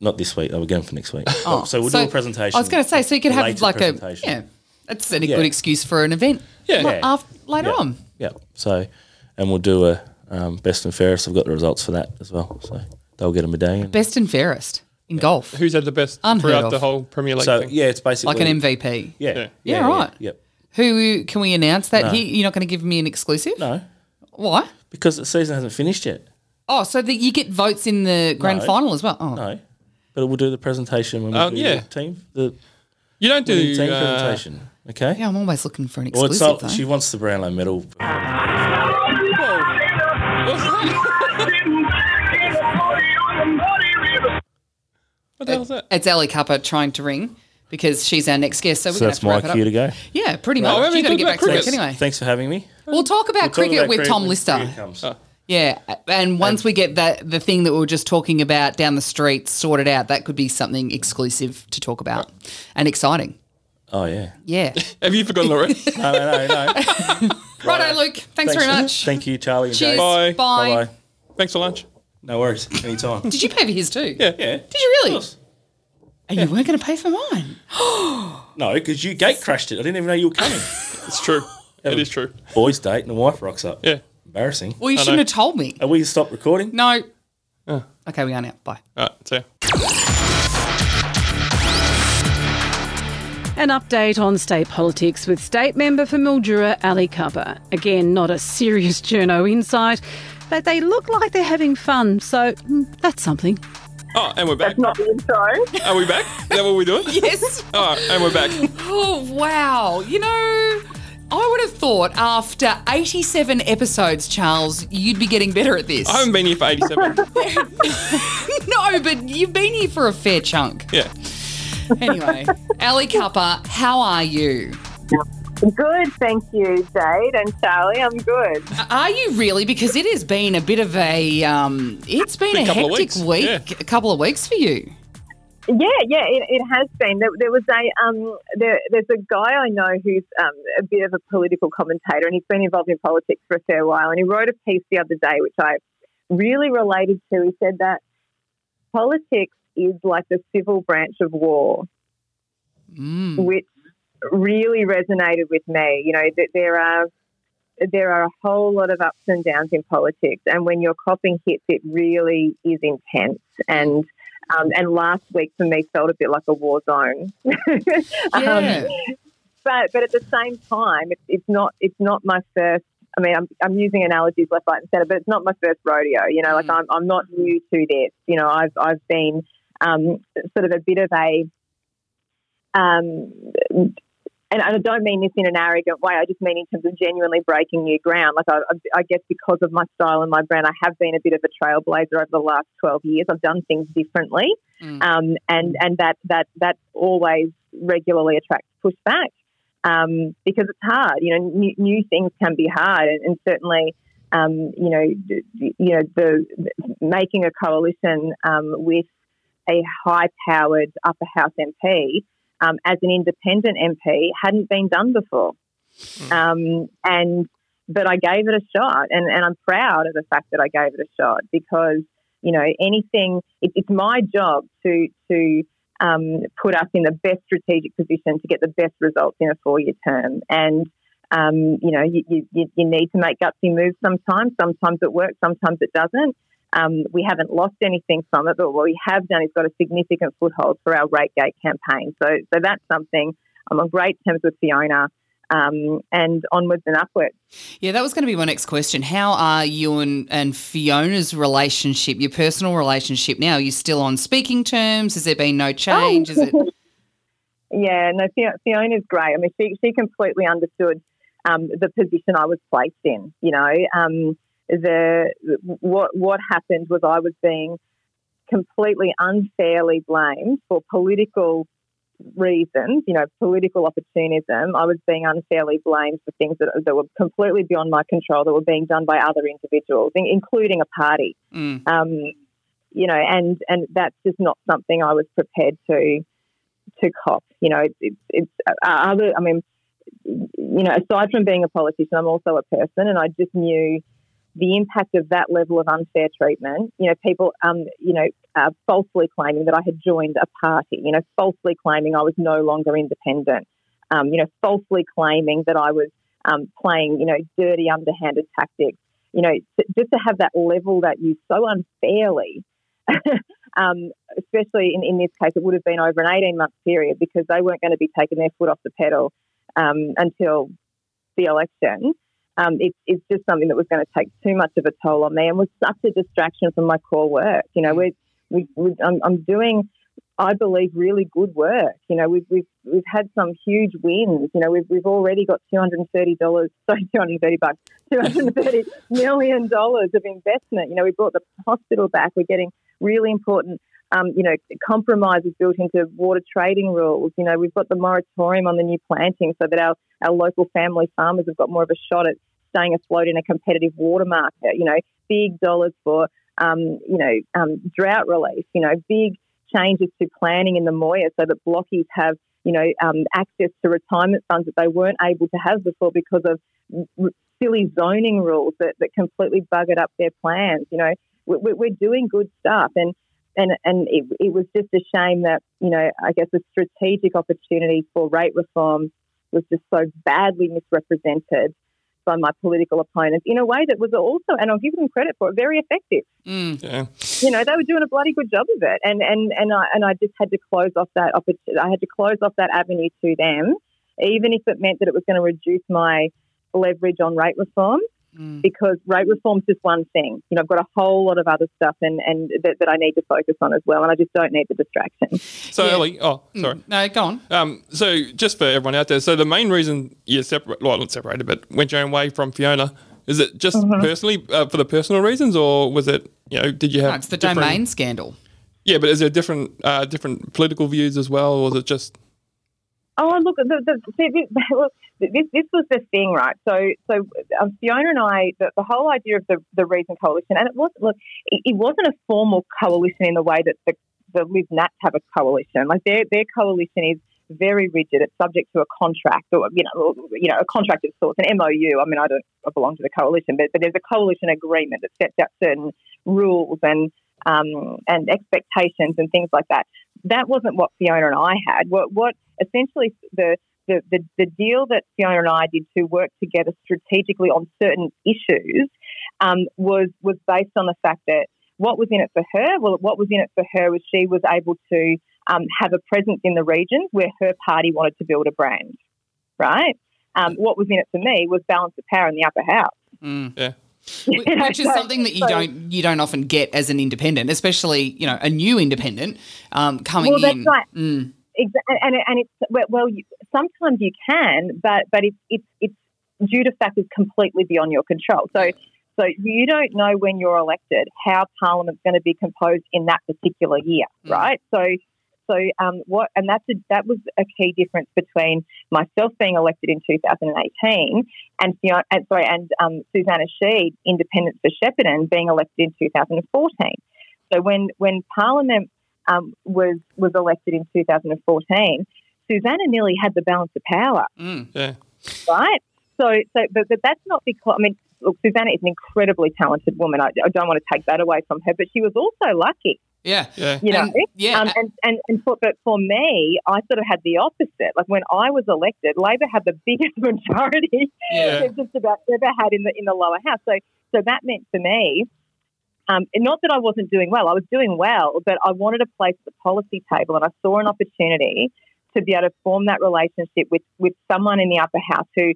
[SPEAKER 4] Not this week. I'll again for next week.
[SPEAKER 2] Oh,
[SPEAKER 4] so we'll do a presentation.
[SPEAKER 2] I was going to say, so you could have
[SPEAKER 4] later
[SPEAKER 2] like a
[SPEAKER 4] presentation.
[SPEAKER 2] yeah. That's a
[SPEAKER 4] Yeah.
[SPEAKER 2] good excuse for an event.
[SPEAKER 3] Yeah.
[SPEAKER 2] Like,
[SPEAKER 4] Yeah.
[SPEAKER 2] af- later
[SPEAKER 4] Yeah.
[SPEAKER 2] on.
[SPEAKER 4] Yeah. So, and we'll do a Um, Best and fairest, I've got the results for that as well. So they'll get a medallion.
[SPEAKER 2] Best and fairest in golf.
[SPEAKER 3] Who's had the best
[SPEAKER 2] Unheard
[SPEAKER 3] throughout
[SPEAKER 2] of.
[SPEAKER 3] the whole Premier League
[SPEAKER 4] so
[SPEAKER 3] thing?
[SPEAKER 4] yeah, it's basically
[SPEAKER 2] Like an MVP.
[SPEAKER 4] Yeah,
[SPEAKER 3] Yeah.
[SPEAKER 2] Yeah, right.
[SPEAKER 4] Yep.
[SPEAKER 2] Who can we announce that? Here, you're not going to give me an exclusive?
[SPEAKER 4] No,
[SPEAKER 2] Why?
[SPEAKER 4] because the season hasn't finished yet.
[SPEAKER 2] Oh, so that you get votes in the grand
[SPEAKER 4] No.
[SPEAKER 2] final as well. Oh,
[SPEAKER 4] No, but we'll do the presentation when we
[SPEAKER 3] Um,
[SPEAKER 4] do
[SPEAKER 3] yeah.
[SPEAKER 4] the team the
[SPEAKER 3] You don't do
[SPEAKER 4] team
[SPEAKER 3] uh,
[SPEAKER 4] presentation. Okay.
[SPEAKER 2] yeah, I'm always looking for an
[SPEAKER 4] Well, it's
[SPEAKER 2] exclusive.
[SPEAKER 4] not,
[SPEAKER 2] though.
[SPEAKER 4] she wants the Brownlow medal.
[SPEAKER 3] What's that? What the hell's that?
[SPEAKER 2] It's Ellie Cuppa trying to ring because she's our next guest. So we're
[SPEAKER 4] So
[SPEAKER 2] going
[SPEAKER 4] that's
[SPEAKER 2] to wrap
[SPEAKER 4] my
[SPEAKER 2] it up.
[SPEAKER 4] cue to go.
[SPEAKER 2] Yeah, pretty much.
[SPEAKER 3] we haven't
[SPEAKER 2] you got to
[SPEAKER 3] talked
[SPEAKER 2] get
[SPEAKER 3] about
[SPEAKER 2] back to work
[SPEAKER 3] cricket.
[SPEAKER 2] anyway.
[SPEAKER 4] Thanks for having me.
[SPEAKER 2] We'll talk about
[SPEAKER 4] Talk
[SPEAKER 2] cricket
[SPEAKER 4] about
[SPEAKER 2] with Tom
[SPEAKER 4] when
[SPEAKER 2] Lister.
[SPEAKER 4] cricket comes.
[SPEAKER 2] Yeah, and once we get that the thing that we were just talking about down the street sorted out, that could be something exclusive to talk about and exciting.
[SPEAKER 4] Oh yeah.
[SPEAKER 2] Yeah.
[SPEAKER 3] Have you forgotten already?
[SPEAKER 4] No, no, no, no. Thanks,
[SPEAKER 2] Righto, Luke. Thanks, very much.
[SPEAKER 4] Thank you, Charlie and
[SPEAKER 2] Cheers.
[SPEAKER 4] Dave.
[SPEAKER 3] Bye.
[SPEAKER 2] Bye.
[SPEAKER 4] Bye.
[SPEAKER 3] Thanks for lunch.
[SPEAKER 4] No worries. Anytime.
[SPEAKER 2] Did you pay for his too?
[SPEAKER 3] Yeah.
[SPEAKER 4] yeah.
[SPEAKER 2] Did you
[SPEAKER 4] Of
[SPEAKER 2] really?
[SPEAKER 4] course.
[SPEAKER 2] And you weren't going to pay for mine.
[SPEAKER 4] No, because you gate crashed it. I didn't even know you were coming.
[SPEAKER 3] It's true. It is true.
[SPEAKER 4] Boys' date and the wife rocks up.
[SPEAKER 3] Yeah.
[SPEAKER 4] Embarrassing.
[SPEAKER 2] Well, you shouldn't have told me.
[SPEAKER 4] Are we stopped recording?
[SPEAKER 2] No. Okay, we are now. Bye.
[SPEAKER 3] All right. See ya.
[SPEAKER 5] An update on state politics with state member for Mildura, Ali Cuppa. Again, not a serious journo insight, but they look like they're having fun, so mm, that's something.
[SPEAKER 3] Oh, and we're back.
[SPEAKER 6] Not the intro.
[SPEAKER 3] Are we back? Is that what we're doing?
[SPEAKER 2] Yes.
[SPEAKER 3] All right. And we're back.
[SPEAKER 2] Oh, wow. You know, I would have thought after 87 episodes, Charles, you'd be getting better at this.
[SPEAKER 3] I haven't been here for 87.
[SPEAKER 2] no, but you've been here for a fair chunk.
[SPEAKER 3] Yeah.
[SPEAKER 2] Anyway, Ali Cuppa, how are you?
[SPEAKER 6] Good, thank you, Jade and Charlie. I'm good.
[SPEAKER 2] Are you really? Because it has been a bit of a, um, it's been a,
[SPEAKER 3] Been a couple of
[SPEAKER 2] hectic
[SPEAKER 3] weeks,
[SPEAKER 2] week,
[SPEAKER 3] yeah.
[SPEAKER 2] a couple of weeks for you.
[SPEAKER 6] Yeah, yeah, it, it has been. There, there was a um, there, there's a guy I know who's um, a bit of a political commentator, and he's been involved in politics for a fair while. And he wrote a piece the other day, which I really related to. He said that politics is like the civil branch of war,
[SPEAKER 2] Mm.
[SPEAKER 6] which really resonated with me. You know, that there are there are a whole lot of ups and downs in politics, and when you're copping hits, it really is intense. And um, and last week for me felt a bit like a war zone. Um,
[SPEAKER 2] Yeah.
[SPEAKER 6] but but at the same time, it's it's not it's not my first. I mean, I'm, I'm using analogies left, right, and centre, but it's not my first rodeo. You know, like I'm I'm not new to this. You know, I've I've been um, sort of a bit of a um, and I don't mean this in an arrogant way. I just mean in terms of genuinely breaking new ground. Like I, I- I guess because of my style and my brand, I have been a bit of a trailblazer over the last twelve years. I've done things differently,
[SPEAKER 2] Mm.
[SPEAKER 6] um, and and that that that always regularly attracts pushback um, because it's hard. You know, new, new things can be hard, and, and certainly. Um, you know, d- d- you know the, the making a coalition um, with a high-powered upper house MP um, as an independent MP hadn't been done before. Um, and but I gave it a shot, and, and I'm proud of the fact that I gave it a shot because you know anything. It, it's my job to to um, put us in the best strategic position to get the best results in a four year term, and um, you know you, you, you you need to make gutsy moves sometimes. Sometimes it works, sometimes it doesn't. Um, we haven't lost anything from it, but what we have done is got a significant foothold for our Rategate campaign. So, so that's something. I'm on great terms with Fiona, um, and onwards and upwards.
[SPEAKER 2] Yeah, that was going to be my next question. How are you and, and Fiona's relationship, your personal relationship now? Are you still on speaking terms? Has there been
[SPEAKER 6] Oh.
[SPEAKER 2] no change? Is it
[SPEAKER 6] Yeah, no, Fio- Fiona's great. I mean, she, she completely understood um, the position I was placed in. You know, um, the what what happened was I was being completely unfairly blamed for political reasons. You know, political opportunism. I was being unfairly blamed for things that, that were completely beyond my control that were being done by other individuals, in- including a party.
[SPEAKER 2] Mm.
[SPEAKER 6] Um, you know, and and that's just not something I was prepared to to cop. You know, it's it's, it's uh, other. I mean, you know, aside from being a politician, I'm also a person, and I just knew the impact of that level of unfair treatment. You know, people, um, you know, uh, falsely claiming that I had joined a party. You know, falsely claiming I was no longer independent. Um, you know, falsely claiming that I was um, playing, you know, dirty, underhanded tactics. you know, t- just to have that level that you so unfairly, um, especially in, in this case, it would have been over an 18 month period because they weren't going to be taking their foot off the pedal um, until the election. Um, it, it's just something that was going to take too much of a toll on me and was such a distraction from my core work. You know, we, we, we, I'm, I'm doing, I believe, really good work. You know, we've, we've, we've had some huge wins. You know, we've, we've already got $230, sorry, 230 bucks, $230 million dollars of investment. You know, we brought the hospital back. We're getting really important um, you know, compromises built into water trading rules. You know, we've got the moratorium on the new planting so that our, our local family farmers have got more of a shot at staying afloat in a competitive water market. You know, big dollars for, um, you know, um, drought relief. You know, big changes to planning in the Moya so that blockies have, you know, um, access to retirement funds that they weren't able to have before because of silly zoning rules that, that completely buggered up their plans. You know, we, we're doing good stuff. And, and and it, it, was just a shame that you know I guess the strategic opportunity for rate reform was just so badly misrepresented by my political opponents in a way that was also and I'll give them credit for it very effective.
[SPEAKER 2] Mm.
[SPEAKER 3] Yeah.
[SPEAKER 6] You know they were doing a bloody good job of it, and and and I and I just had to close off that opportunity. I had to close off that avenue to them, even if it meant that it was going to reduce my leverage on rate reform. Mm. because rate reform's just one thing. You know, I've got a whole lot of other stuff and, and that, that I need to focus on as well, and I just don't need the distraction.
[SPEAKER 3] So,
[SPEAKER 2] Yeah. Mm.
[SPEAKER 3] Ellie, oh, sorry.
[SPEAKER 2] No, go on.
[SPEAKER 3] Um, so, just for everyone out there, so the main reason you separate, well, not separated, but went your own way from Fiona, is it just
[SPEAKER 2] Mm-hmm.
[SPEAKER 3] personally uh, for the personal reasons, or was it, you know, did you have?
[SPEAKER 2] No, it's the
[SPEAKER 3] different-
[SPEAKER 2] domain scandal.
[SPEAKER 3] Yeah, but is there different uh, different political views as well, or is it just?
[SPEAKER 6] Oh, look, the, the, see, this, well, this, this was the thing, right? So, so um, Fiona and I, the, the whole idea of the, the Reason Coalition, and it wasn't, look, it, it wasn't a formal coalition in the way that the, the Live Nats have a coalition. Like their, their coalition is very rigid. It's subject to a contract or, you know, or, you know, a contract of sorts, an MOU. I mean, I don't I belong to the coalition, but, but there's a coalition agreement that sets out certain rules and, um, and expectations and things like that. That wasn't what Fiona and I had. What, what essentially the, the, the, the deal that Fiona and I did to work together strategically on certain issues um, was, was based on the fact that what was in it for her? Well, what was in it for her was she was able to um, have a presence in the regions where her party wanted to build a brand, right? Um, what was in it for me was balance of power in the upper house.
[SPEAKER 2] Mm.
[SPEAKER 3] Yeah.
[SPEAKER 2] Which
[SPEAKER 6] You know,
[SPEAKER 2] which is
[SPEAKER 6] so-
[SPEAKER 2] something that you
[SPEAKER 6] so-
[SPEAKER 2] don't you don't often get as an independent, especially you know a new independent um, coming
[SPEAKER 6] Well, that's
[SPEAKER 2] in.
[SPEAKER 6] right.
[SPEAKER 2] Mm.
[SPEAKER 6] Exa- and and it's well, well you, sometimes you can, but but it's it's it's due to factors completely beyond your control. So so you don't know when you're elected how Parliament's going to be composed in that particular year,
[SPEAKER 2] Mm.
[SPEAKER 6] right? So so um, what and that's a, that was a key difference between myself being elected in 2018 and Fiona, and sorry and um, Susanna Sheed, independent for Shepparton, being elected in 2014. So when when Parliament um, was was elected in 2014, Susanna nearly had the balance of power,
[SPEAKER 2] Mm.
[SPEAKER 3] Yeah.
[SPEAKER 6] right? So, so but, but that's not because, I mean, look, Susanna is an incredibly talented woman. I, I don't want to take that away from her, but she was also lucky,
[SPEAKER 2] Yeah.
[SPEAKER 3] Yeah.
[SPEAKER 6] you know?
[SPEAKER 2] And- yeah.
[SPEAKER 6] Um, and, and, and for, but for me, I sort of had the opposite. Like when I was elected, Labor had the biggest majority
[SPEAKER 3] Yeah.
[SPEAKER 6] they've just about ever had in the in the lower house. So so that meant for me, um, and not that I wasn't doing well. I was doing well, but I wanted a place at the policy table, and I saw an opportunity to be able to form that relationship with with someone in the upper house who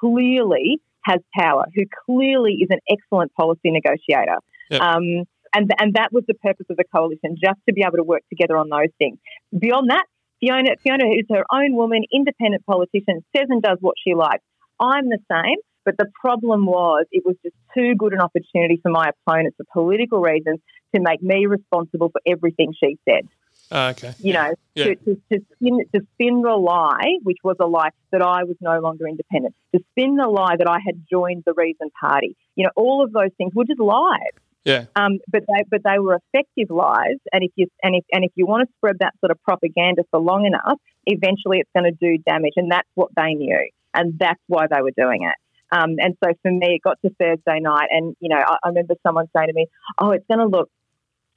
[SPEAKER 6] clearly has power, who clearly is an excellent policy negotiator.
[SPEAKER 3] Yeah.
[SPEAKER 6] Um, and, and that was the purpose of the coalition, just to be able to work together on those things. Beyond that, Fiona, Fiona is her own woman, independent politician, says and does what she likes. I'm the same, but the problem was it was just too good an opportunity for my opponents for political reasons to make me responsible for everything she said.
[SPEAKER 3] Ah, okay.
[SPEAKER 6] You know,
[SPEAKER 3] Yeah.
[SPEAKER 6] to, to, to, spin, to spin the lie, which was a lie that I was no longer independent, to spin the lie that I had joined the Reason Party. You know, all of those things were just lies.
[SPEAKER 3] Yeah.
[SPEAKER 6] Um, but they but they were effective lies, and if you and if and if you want to spread that sort of propaganda for long enough, eventually it's going to do damage, and that's what they knew, and that's why they were doing it. Um, and so for me, it got to Thursday night, and you know I, I remember someone saying to me, "Oh, it's going to look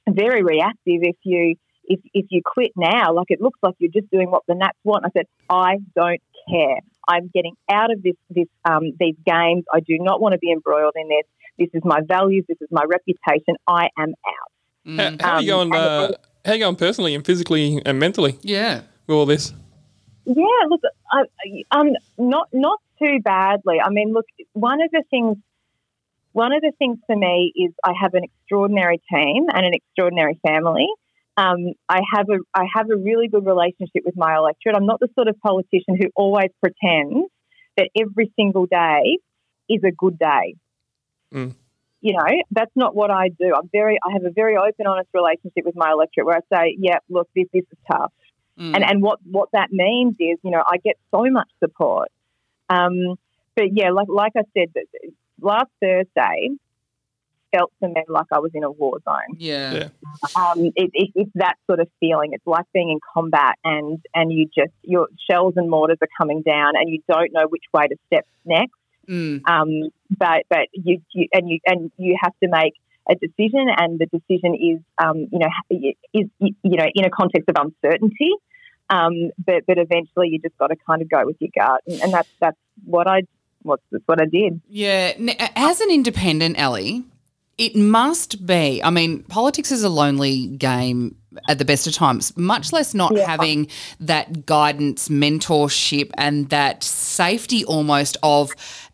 [SPEAKER 6] very reactive if you if if you quit now. Like it looks like you're just doing what the Nats want." I said, "I don't care. I'm getting out of this, this, um, these games. I do not want to be embroiled in this. This is my values. This is my reputation. I am out.
[SPEAKER 3] How, how are you
[SPEAKER 6] Um,
[SPEAKER 3] going? Uh, how are you going personally and physically and mentally
[SPEAKER 2] Yeah.
[SPEAKER 3] with all this?
[SPEAKER 6] Yeah, look, I, um, not not too badly. I mean, look, one of the things, one of the things for me is I have an extraordinary team and an extraordinary family. Um, I have a I have a really good relationship with my electorate. I'm not the sort of politician who always pretends that every single day is a good day.
[SPEAKER 3] Mm.
[SPEAKER 6] You know, that's not what I do. I'm very I have a very open, honest relationship with my electorate where I say, yeah, look, this this is tough
[SPEAKER 2] Mm.
[SPEAKER 6] and and what what that means is you know I get so much support. Um, but yeah, like like I said, th- th- last Thursday felt for me like I was in a war zone.
[SPEAKER 2] yeah.
[SPEAKER 3] Yeah.
[SPEAKER 6] Um, it, it, it's that sort of feeling. It's like being in combat, and and you just your shells and mortars are coming down, and you don't know which way to step next
[SPEAKER 2] Mm.
[SPEAKER 6] um, but but you, you and you and you have to make a decision, and the decision is um, you know ha- is you know in a context of uncertainty. Um, but but eventually, you just got to kind of go with your gut, and, and that's that's what I what's that's what I did.
[SPEAKER 2] Yeah. N- As an independent, Ellie, it must be. I mean, politics is a lonely game at the best of times, much less not having that guidance, mentorship, and that safety almost of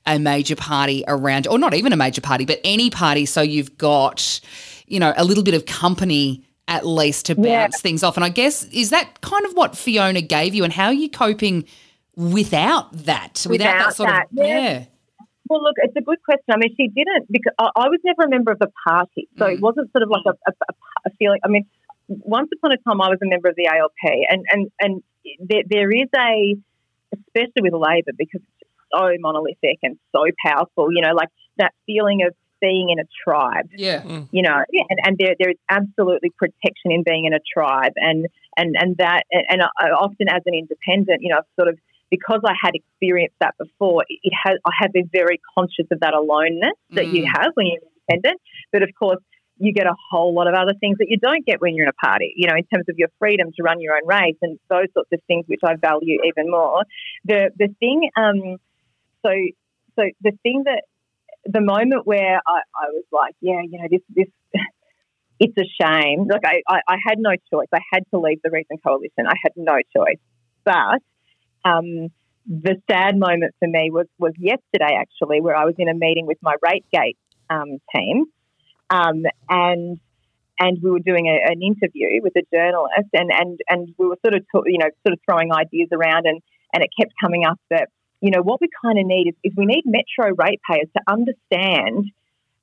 [SPEAKER 2] a major party around, or not even a major party, but any party. So you've got, you know, a little bit of company at least to bounce things off. And I guess, is that kind of what Fiona gave you and how are you coping without that? Without, that
[SPEAKER 6] Without
[SPEAKER 2] sort
[SPEAKER 6] that,
[SPEAKER 2] of.
[SPEAKER 6] yeah.
[SPEAKER 2] yeah.
[SPEAKER 6] Well, look, it's a good question. I mean, she didn't because I, I was never a member of the party, so it wasn't sort of like a, a, a- a feeling. I mean, once upon a time, I was a member of the ALP, and and and there, there is a, especially with Labor, because it's so monolithic and so powerful. You know, like that feeling of being in a tribe
[SPEAKER 2] Yeah.
[SPEAKER 6] you know, and, and there, there is absolutely protection in being in a tribe, and and and that, and, and I, often as an independent, you know, I've sort of because I had experienced that before, it it has I have been very conscious of that aloneness that you
[SPEAKER 2] Mm.
[SPEAKER 6] have when you're independent, but of course. You get a whole lot of other things that you don't get when you're in a party, you know, in terms of your freedom to run your own race and those sorts of things, which I value even more. The the thing, um, so so the thing that the moment where I, I was like, yeah, you know, this this it's a shame. Like I, I, I had no choice. I had to leave the Reason Coalition. I had no choice. But um, the sad moment for me was was yesterday actually, where I was in a meeting with my RateGate um, team, um, and and we were doing a, an interview with a journalist, and and and we were sort of ta- you know sort of throwing ideas around, and and it kept coming up that you know what we kind of need is, is we need metro ratepayers to understand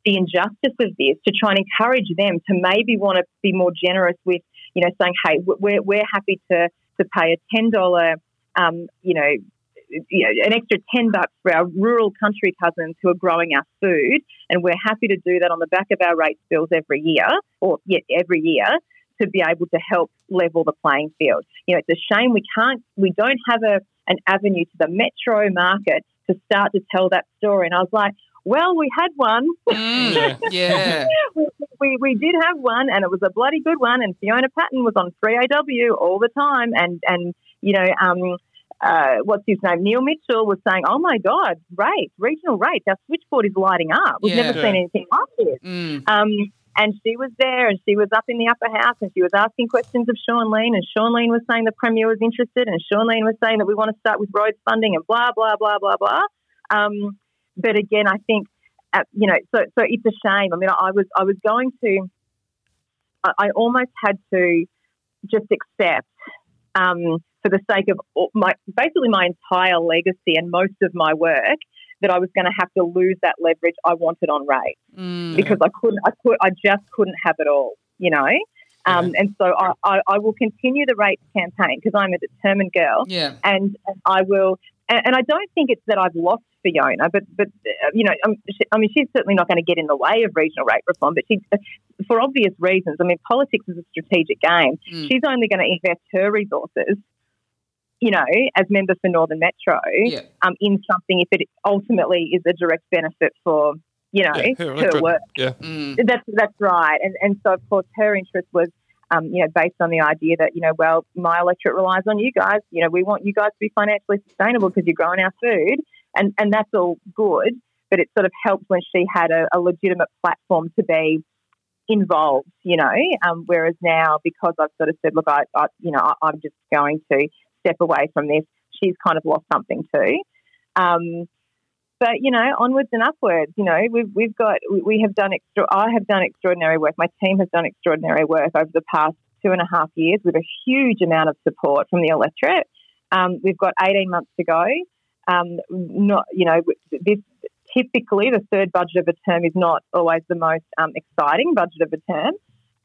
[SPEAKER 6] the injustice of this to try and encourage them to maybe want to be more generous with, you know, saying, hey, w- we're, we're happy to, to pay a $10, um, you, know, you know, an extra 10 bucks for our rural country cousins who are growing our food. And we're happy to do that on the back of our rates bills every year or yet every year to be able to help level the playing field. You know, it's a shame we can't, we don't have a, an avenue to the metro market to start to tell that story. And I was like, well, we had one
[SPEAKER 2] Mm, yeah.
[SPEAKER 6] we, we, we did have one, and it was a bloody good one. And Fiona Patton was on free AW all the time, and and you know, um, uh, what's his name? Neil Mitchell was saying, "Oh my God, rates, regional rates, our switchboard is lighting up. We've
[SPEAKER 2] Yeah.
[SPEAKER 6] never
[SPEAKER 3] Yeah.
[SPEAKER 6] seen anything like this."
[SPEAKER 2] Mm.
[SPEAKER 6] Um, and she was there, and she was up in the upper house, and she was asking questions of Sean Lean, and Sean Lean was saying the premier was interested, and Sean Lean was saying that we want to start with roads funding, and blah blah blah blah blah. Um, but again, I think uh, you know, so so it's a shame. I mean, I was I was going to, I, I almost had to just accept um, for the sake of all- my basically my entire legacy and most of my work that I was going to have to lose that leverage I wanted on rate
[SPEAKER 2] Mm.
[SPEAKER 6] because I couldn't, I could, I just couldn't have it all, you know. Um, And so I, I, I will continue the rates campaign because I'm a determined girl,
[SPEAKER 2] Yeah.
[SPEAKER 6] and I will. And, and I don't think it's that I've lost Fiona, but but uh, you know, um, she, I mean, she's certainly not going to get in the way of regional rate reform. But she, uh, for obvious reasons, I mean, politics is a strategic game.
[SPEAKER 2] Mm.
[SPEAKER 6] She's only going to invest her resources, you know, as member for Northern Metro,
[SPEAKER 2] Yeah.
[SPEAKER 6] um, in something if it ultimately is a direct benefit for you know
[SPEAKER 3] Yeah, her
[SPEAKER 6] her
[SPEAKER 3] electorate.
[SPEAKER 6] work.
[SPEAKER 3] Yeah.
[SPEAKER 2] Mm.
[SPEAKER 6] That's that's right, and and so of course her interest was um, you know, based on the idea that, you know, well, my electorate relies on you guys. You know, we want you guys to be financially sustainable because you're growing our food. And, and that's all good. But it sort of helped when she had a, a legitimate platform to be involved, you know. Um, whereas now, because I've sort of said, look, I, I you know, I, I'm just going to step away from this, she's kind of lost something too. Um, but you know, onwards and upwards. You know, we've we've got we, we have done extra. I have done extraordinary work. My team has done extraordinary work over the past two and a half years with a huge amount of support from the electorate. Um, we've got eighteen months to go. Um, not you know this typically the third budget of a term is not always the most um, exciting budget of a term.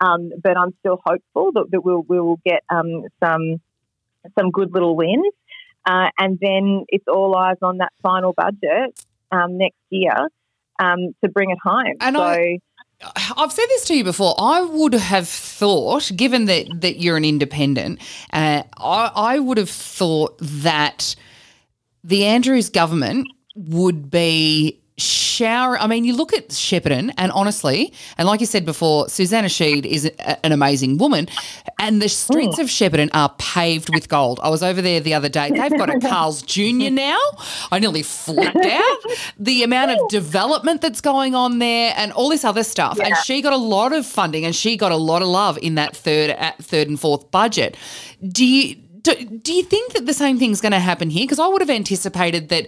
[SPEAKER 6] Um, but I'm still hopeful that, that we'll, we will get um, some some good little wins. Uh, and then it's all eyes on that final budget um, next year um, to bring it home.
[SPEAKER 2] And
[SPEAKER 6] so,
[SPEAKER 2] I- I've said this to you before. I would have thought, given that that you're an independent, uh, I, I would have thought that the Andrews government would be shower. I mean, you look at Shepparton, and honestly, and like you said before, Susanna Sheed is a, an amazing woman, and the streets of Shepparton are paved with gold. I was over there the other day. They've got a Carl's Jr. now. I nearly flipped out. The amount of development that's going on there, and all this other stuff. And she got a lot of funding, and she got a lot of love in that third, uh, third and fourth budget. Do you? Do, do you think that the same thing's going to happen here? Because I would have anticipated that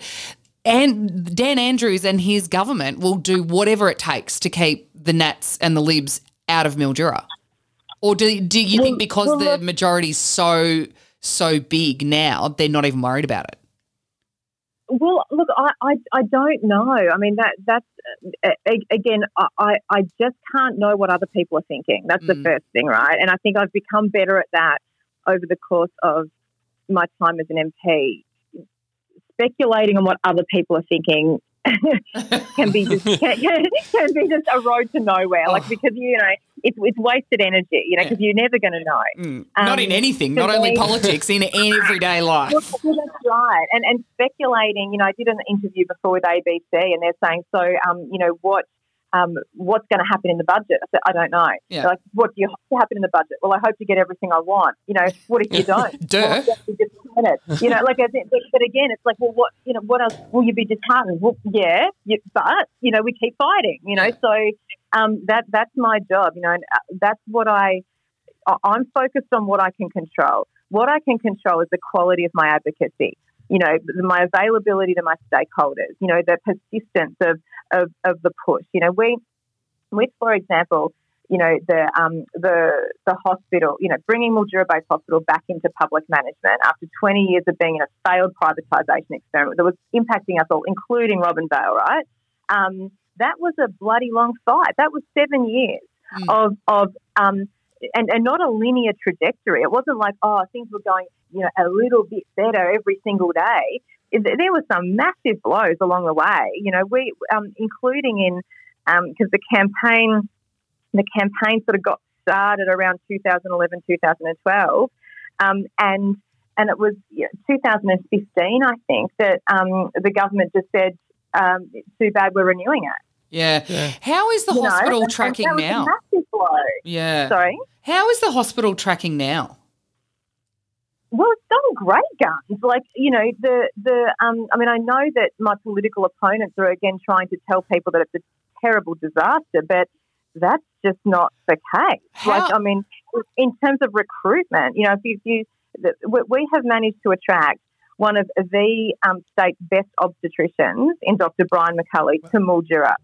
[SPEAKER 2] and Dan Andrews and his government will do whatever it takes to keep the Nats and the Libs out of Mildura. Or do do you think because
[SPEAKER 6] well,
[SPEAKER 2] the
[SPEAKER 6] look-
[SPEAKER 2] majority's so so big now, they're not even worried about it?
[SPEAKER 6] well, look, I, I, I don't know. I mean, that that's uh, a- again, I, I I just can't know what other people are thinking. That's the
[SPEAKER 2] Mm.
[SPEAKER 6] first thing, right? And I think I've become better at that over the course of my time as an MP. Speculating on what other people are thinking can be just can, can be just a road to nowhere. Like
[SPEAKER 2] Oh.
[SPEAKER 6] because you know it's it's wasted energy. You know because you're never going to know.
[SPEAKER 2] Mm.
[SPEAKER 6] Um,
[SPEAKER 2] not in anything, not only
[SPEAKER 6] today-
[SPEAKER 2] politics, in everyday life.
[SPEAKER 6] Well, well, that's right. And and speculating, you know, I did an interview before with ABC, and they're saying, so, um, you know, what, um, what's going to happen in the budget? I said, I don't know.
[SPEAKER 2] Yeah.
[SPEAKER 6] They're Like, what do you hope to happen in the budget? Well, I hope to get everything I want. You know, what if you don't?
[SPEAKER 2] Duh.
[SPEAKER 6] Well, you'll be disappointed. You know, like, I think- but, but again, it's like, well, what, you know, what else will you be disheartened? Well, yeah, you, but you know, we keep fighting. You know,
[SPEAKER 2] Yeah.
[SPEAKER 6] so um, that that's my job. You know, and uh, that's what I I- I'm focused on what I can control. What I can control is the quality of my advocacy. You know, th- my availability to my stakeholders. You know, the persistence of of, of the push. You know, we with for example, you know the um, the the hospital. You know, bringing Mildura Base Hospital back into public management after 20 years of being in a failed privatisation experiment that was impacting us all, including Robin Vale. Right? Um, that was a bloody long fight. That was seven years
[SPEAKER 2] Mm.
[SPEAKER 6] of of um, and, and not a linear trajectory. It wasn't like, oh, things were going, you know, a little bit better every single day. Th- There were some massive blows along the way, you know, we, um, including in, because the campaign, the campaign sort of got started around 2011, 2012. Um, and, and it was you know, 2015, I think, that um, the government just said, um, it's too bad we're renewing it.
[SPEAKER 2] Yeah.
[SPEAKER 3] Yeah.
[SPEAKER 2] How is the
[SPEAKER 6] you know?
[SPEAKER 2] hospital
[SPEAKER 6] And- and
[SPEAKER 2] tracking
[SPEAKER 6] that was a
[SPEAKER 2] now?
[SPEAKER 6] massive blow.
[SPEAKER 2] Yeah.
[SPEAKER 6] Sorry.
[SPEAKER 2] How is the hospital tracking now?
[SPEAKER 6] Well, it's done great guns. Like you know, the the um, I mean, I know that my political opponents are again trying to tell people that it's a terrible disaster, but that's just not the case. Like
[SPEAKER 2] How-
[SPEAKER 6] I mean, in terms of recruitment, you know, if you, if you the, we- we have managed to attract one of the um, state's best obstetricians in Dr. Brian McCulley to Mildura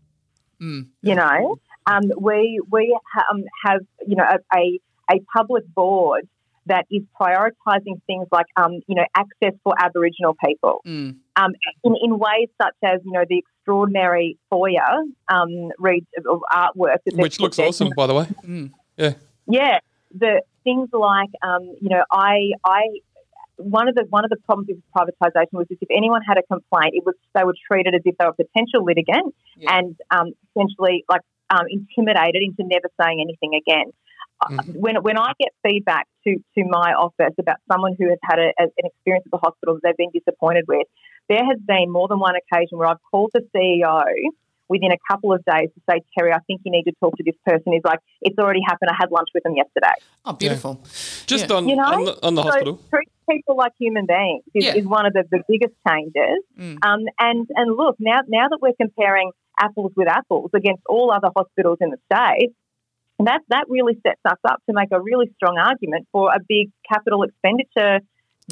[SPEAKER 2] Mm.
[SPEAKER 6] you know um, we we ha- um, have you know a, a, a public board that is prioritising things like um, you know access for Aboriginal people
[SPEAKER 2] Mm.
[SPEAKER 6] um, in, in ways such as you know the extraordinary foyer um, read of artwork that they've
[SPEAKER 3] Which
[SPEAKER 6] put
[SPEAKER 3] looks
[SPEAKER 6] there.
[SPEAKER 3] awesome, by the way.
[SPEAKER 2] Mm.
[SPEAKER 6] Yeah, the things like um, you know I I one of the one of the problems with privatisation was just if anyone had a complaint, it was they were treated as if they were a potential litigant
[SPEAKER 2] Yeah.
[SPEAKER 6] and um, essentially like um, intimidated into never saying anything again. Uh, When, when I get feedback to, to my office about someone who has had a, a- an experience at the E hospital that they've been disappointed with, there has been more than one occasion where I've called the CEO within a couple of days to say, Terry, I think you need to talk to this person. Is like, it's already happened. I had lunch with them yesterday.
[SPEAKER 2] Oh, beautiful.
[SPEAKER 3] Just
[SPEAKER 2] Yeah.
[SPEAKER 3] on,
[SPEAKER 6] You know,
[SPEAKER 3] on the, on the
[SPEAKER 6] so
[SPEAKER 3] hospital.
[SPEAKER 6] Treat people like human beings is,
[SPEAKER 2] Yeah.
[SPEAKER 6] is one of the, the biggest changes.
[SPEAKER 3] Mm.
[SPEAKER 6] Um, and and look now now that we're comparing apples with apples against all other hospitals in the state, that that really sets us up to make a really strong argument for a big capital expenditure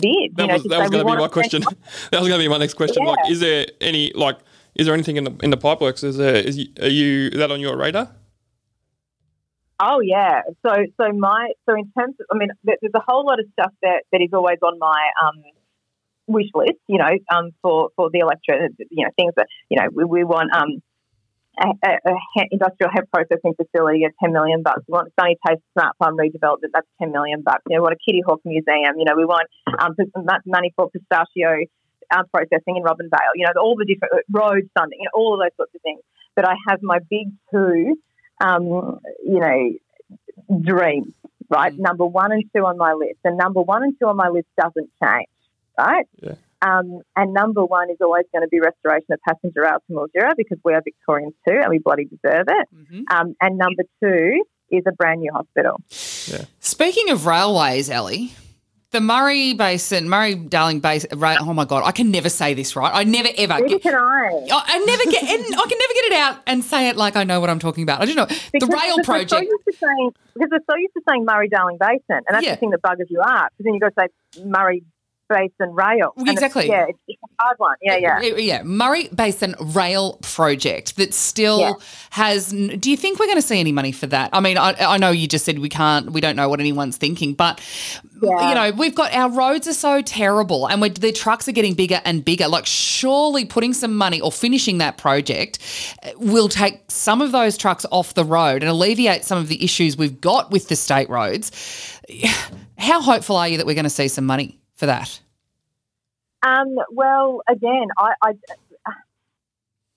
[SPEAKER 6] bid. you
[SPEAKER 3] That
[SPEAKER 6] know,
[SPEAKER 3] was
[SPEAKER 6] to
[SPEAKER 3] that
[SPEAKER 6] say
[SPEAKER 3] was
[SPEAKER 6] we
[SPEAKER 3] going to be my
[SPEAKER 6] wanna spend
[SPEAKER 3] question. that was going to be my next question. Like, is there any like, is there anything in the in the pipeworks? Is there is you, are you is that on your radar?
[SPEAKER 6] Oh yeah. So so my so in terms of I mean there- there's a whole lot of stuff that, that is always on my um, wish list. You know, um, for for the electorate. uh, You know, things that you know we, we want um, a, a, a he- industrial hemp processing facility at ten million bucks. We want Sunny Taste Smart Farm redevelopment. That's ten million bucks. You know, we want a Kitty Hawk museum. You know, we want um, pis- mo- money for pistachio uh, processing in Robin Vale. You know, all the different uh, roads funding. You know, all of those sorts of things. But I have my big two um, you know, dreams, right?
[SPEAKER 2] Mm.
[SPEAKER 6] Number one and two on my list. And number one and two on my list doesn't change, right?
[SPEAKER 3] Yeah.
[SPEAKER 6] Um, and number one is always going to be restoration of passenger rail to Mildura because we are Victorians too and we bloody deserve it.
[SPEAKER 2] Mhm.
[SPEAKER 6] Um, and number two is a brand new hospital.
[SPEAKER 2] Speaking of railways, Ellie, the Murray Basin, Murray Darling Basin. Ra- oh my god, I can never say this right. I never ever.
[SPEAKER 6] Neither
[SPEAKER 2] Get,
[SPEAKER 6] can I.
[SPEAKER 2] I, I never get. and I can never get it out and say it like I know what I'm talking about. I don't know the
[SPEAKER 6] Because-
[SPEAKER 2] rail
[SPEAKER 6] because We're so
[SPEAKER 2] project.
[SPEAKER 6] used to saying, because we're so used to saying Murray Darling Basin, and that's
[SPEAKER 2] Yeah.
[SPEAKER 6] the thing that buggers you up. Because then you've got to say Murray Basin Rail. And it's-
[SPEAKER 2] Exactly.
[SPEAKER 6] yeah, it's, it's a hard one. Yeah, yeah.
[SPEAKER 2] Uh, yeah, Murray Basin Rail Project that still
[SPEAKER 6] Yeah.
[SPEAKER 2] has. n- Do you think we're going to see any money for that? I mean, I, I know you just said we can't, we don't know what anyone's thinking, but
[SPEAKER 6] Yeah.
[SPEAKER 2] you know, we've got our roads are so terrible, and we're, the trucks are getting bigger and bigger. Like, surely putting some money or finishing that project uh, will take some of those trucks off the road and alleviate some of the issues we've got with the state roads. How hopeful are you that we're going to see some money for that?
[SPEAKER 6] Um, well, again, I, I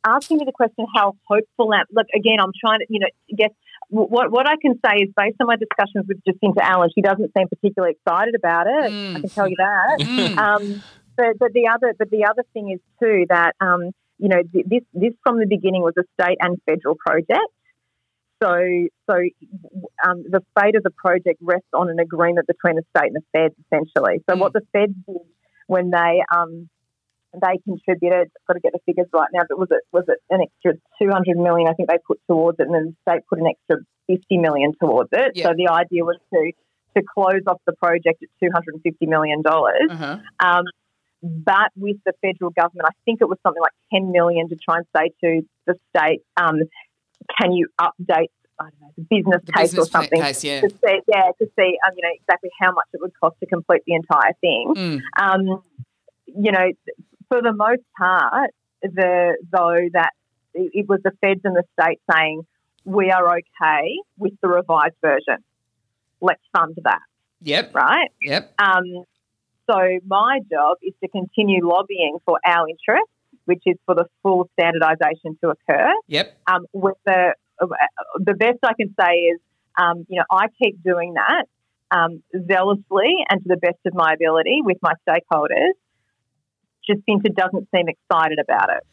[SPEAKER 6] asking me the question how hopeful am. Look, again, I'm trying to you know guess what what I can say is based on my discussions with Jacinta Allen, she doesn't seem particularly excited about it. I can tell you that. Um, but but the other but the other thing is too that um, you know th- this this from the beginning was a state and federal project. So, so um, the fate of the project rests on an agreement between the state and the feds, essentially. So, what the feds did when they um, they contributed, I've got to get the figures right now, but was it was it an extra two hundred million? I think they put towards it, and then the state put an extra fifty million towards it.
[SPEAKER 2] Yeah.
[SPEAKER 6] So, the idea was to to close off the project at two hundred and fifty million dollars.
[SPEAKER 2] Uh-huh.
[SPEAKER 6] Um, but with the federal government, I think it was something like 10 million to try and say to the state, um, can you update I don't know, the business
[SPEAKER 2] The
[SPEAKER 6] case
[SPEAKER 2] business
[SPEAKER 6] or
[SPEAKER 2] plan
[SPEAKER 6] something
[SPEAKER 2] case, yeah.
[SPEAKER 6] to see, yeah, to see, um, you know, exactly how much it would cost to complete the entire thing.
[SPEAKER 2] Mm.
[SPEAKER 6] Um, you know, for the most part, the though that it it was the feds and the state saying we are okay with the revised version. Let's fund that,
[SPEAKER 2] Yep.
[SPEAKER 6] right?
[SPEAKER 2] Yep.
[SPEAKER 6] Um, so my job is to continue lobbying for our interests, which is for the full standardisation to occur.
[SPEAKER 2] Yep.
[SPEAKER 6] Um, with the the best I can say is, um, you know, I keep doing that um, zealously and to the best of my ability with my stakeholders. Jacinta doesn't seem excited about it.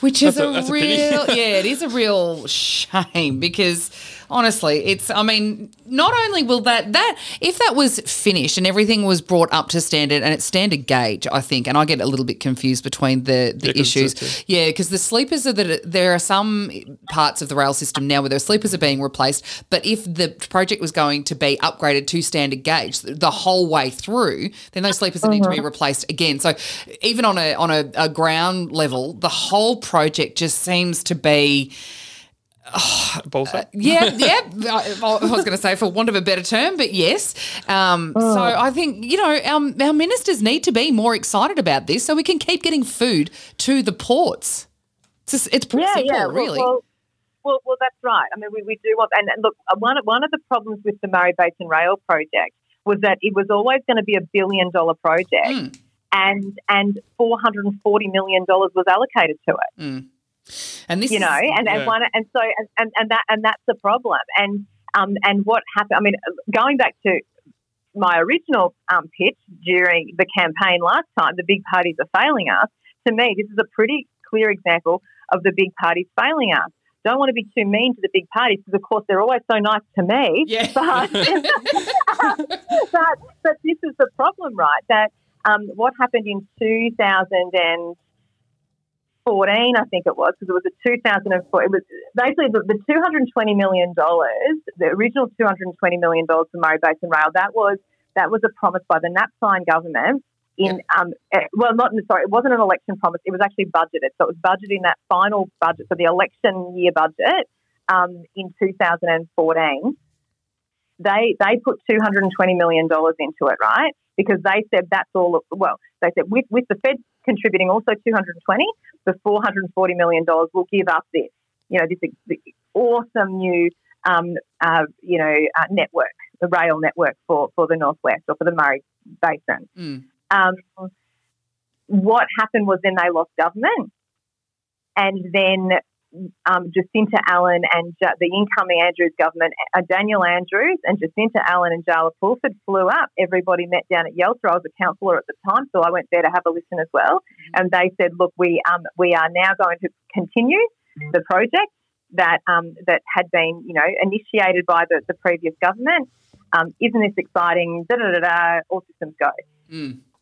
[SPEAKER 2] Which is
[SPEAKER 3] That's
[SPEAKER 2] a,
[SPEAKER 3] a- that's a pity.
[SPEAKER 2] real, yeah, it is a real shame because honestly, it's, I mean, not only will that, that, if that was finished and everything was brought up to standard and it's standard gauge, I think, and I get a little bit confused between the, the
[SPEAKER 3] 'cause it's
[SPEAKER 2] issues.
[SPEAKER 3] just
[SPEAKER 2] Yeah, because the sleepers are that there are some parts of the rail system now where the sleepers are being replaced, but if the project was going to be upgraded to standard gauge the- the whole way through, then those sleepers need to be replaced again. So even on a on a, a ground level, the whole project just seems to be
[SPEAKER 6] Uh,
[SPEAKER 3] Bolsa.
[SPEAKER 2] yeah, yeah. I, I was going to say, for want of a better term, but yes. Um, So
[SPEAKER 6] Oh.
[SPEAKER 2] I think you know our, our ministers need to be more excited about this, so we can keep getting food to the ports. It's, just, it's pretty simple,
[SPEAKER 6] Well,
[SPEAKER 2] really.
[SPEAKER 6] Well, well, well, that's right. I mean, we, we do want, and, and look, uh, one, of- one of the problems with the Murray Basin Rail project was that it was always going to be a billion dollar project,
[SPEAKER 2] Hmm.
[SPEAKER 6] and and four hundred and forty million dollars was allocated to it
[SPEAKER 2] and this,
[SPEAKER 6] you know,
[SPEAKER 2] is,
[SPEAKER 6] and, and
[SPEAKER 3] Yeah.
[SPEAKER 6] one and so and, and, and that and that's the problem. And um and what happened? I mean, going back to my original um, pitch during the campaign last time, the big parties are failing us. To me, this is a pretty clear example of the big parties failing us. Don't want to be too mean to the big parties because, of course, they're always so nice to me.
[SPEAKER 2] Yeah.
[SPEAKER 6] But, but, but this is the problem, right? That um, what happened in 2014, I think it was, because it was a 2004. It was basically the, the 220 million dollars, the original 220 million dollars for Murray Basin Rail. That was that was a promise by the Napthine government. In um, eh, well, not sorry, it wasn't an election promise. It was actually budgeted. So it was budgeted in that final budget, so the election year budget um, in 2014 they they put two hundred and twenty million dollars into it, right? Because they said that's all. Well, they said with with the Fed contributing also two hundred and twenty, the four hundred and forty million dollars will give us this. You know, this, this awesome new um, uh, you know uh, network, the rail network for for the northwest or for the Murray Basin.
[SPEAKER 2] Mm.
[SPEAKER 6] Um, what happened was then they lost government, and then um, Jacinta Allen and ja- the incoming Andrews government, uh, Daniel Andrews and Jacinta Allen and Jala Pulford flew up. Everybody met down at Yeltra. I was a councillor at the time, so I went there to have a listen as well. And they said, "Look, we um, we are now going to continue the project that um, that had been you know initiated by the, the previous government. Um, isn't this exciting? Da da da da. All systems go."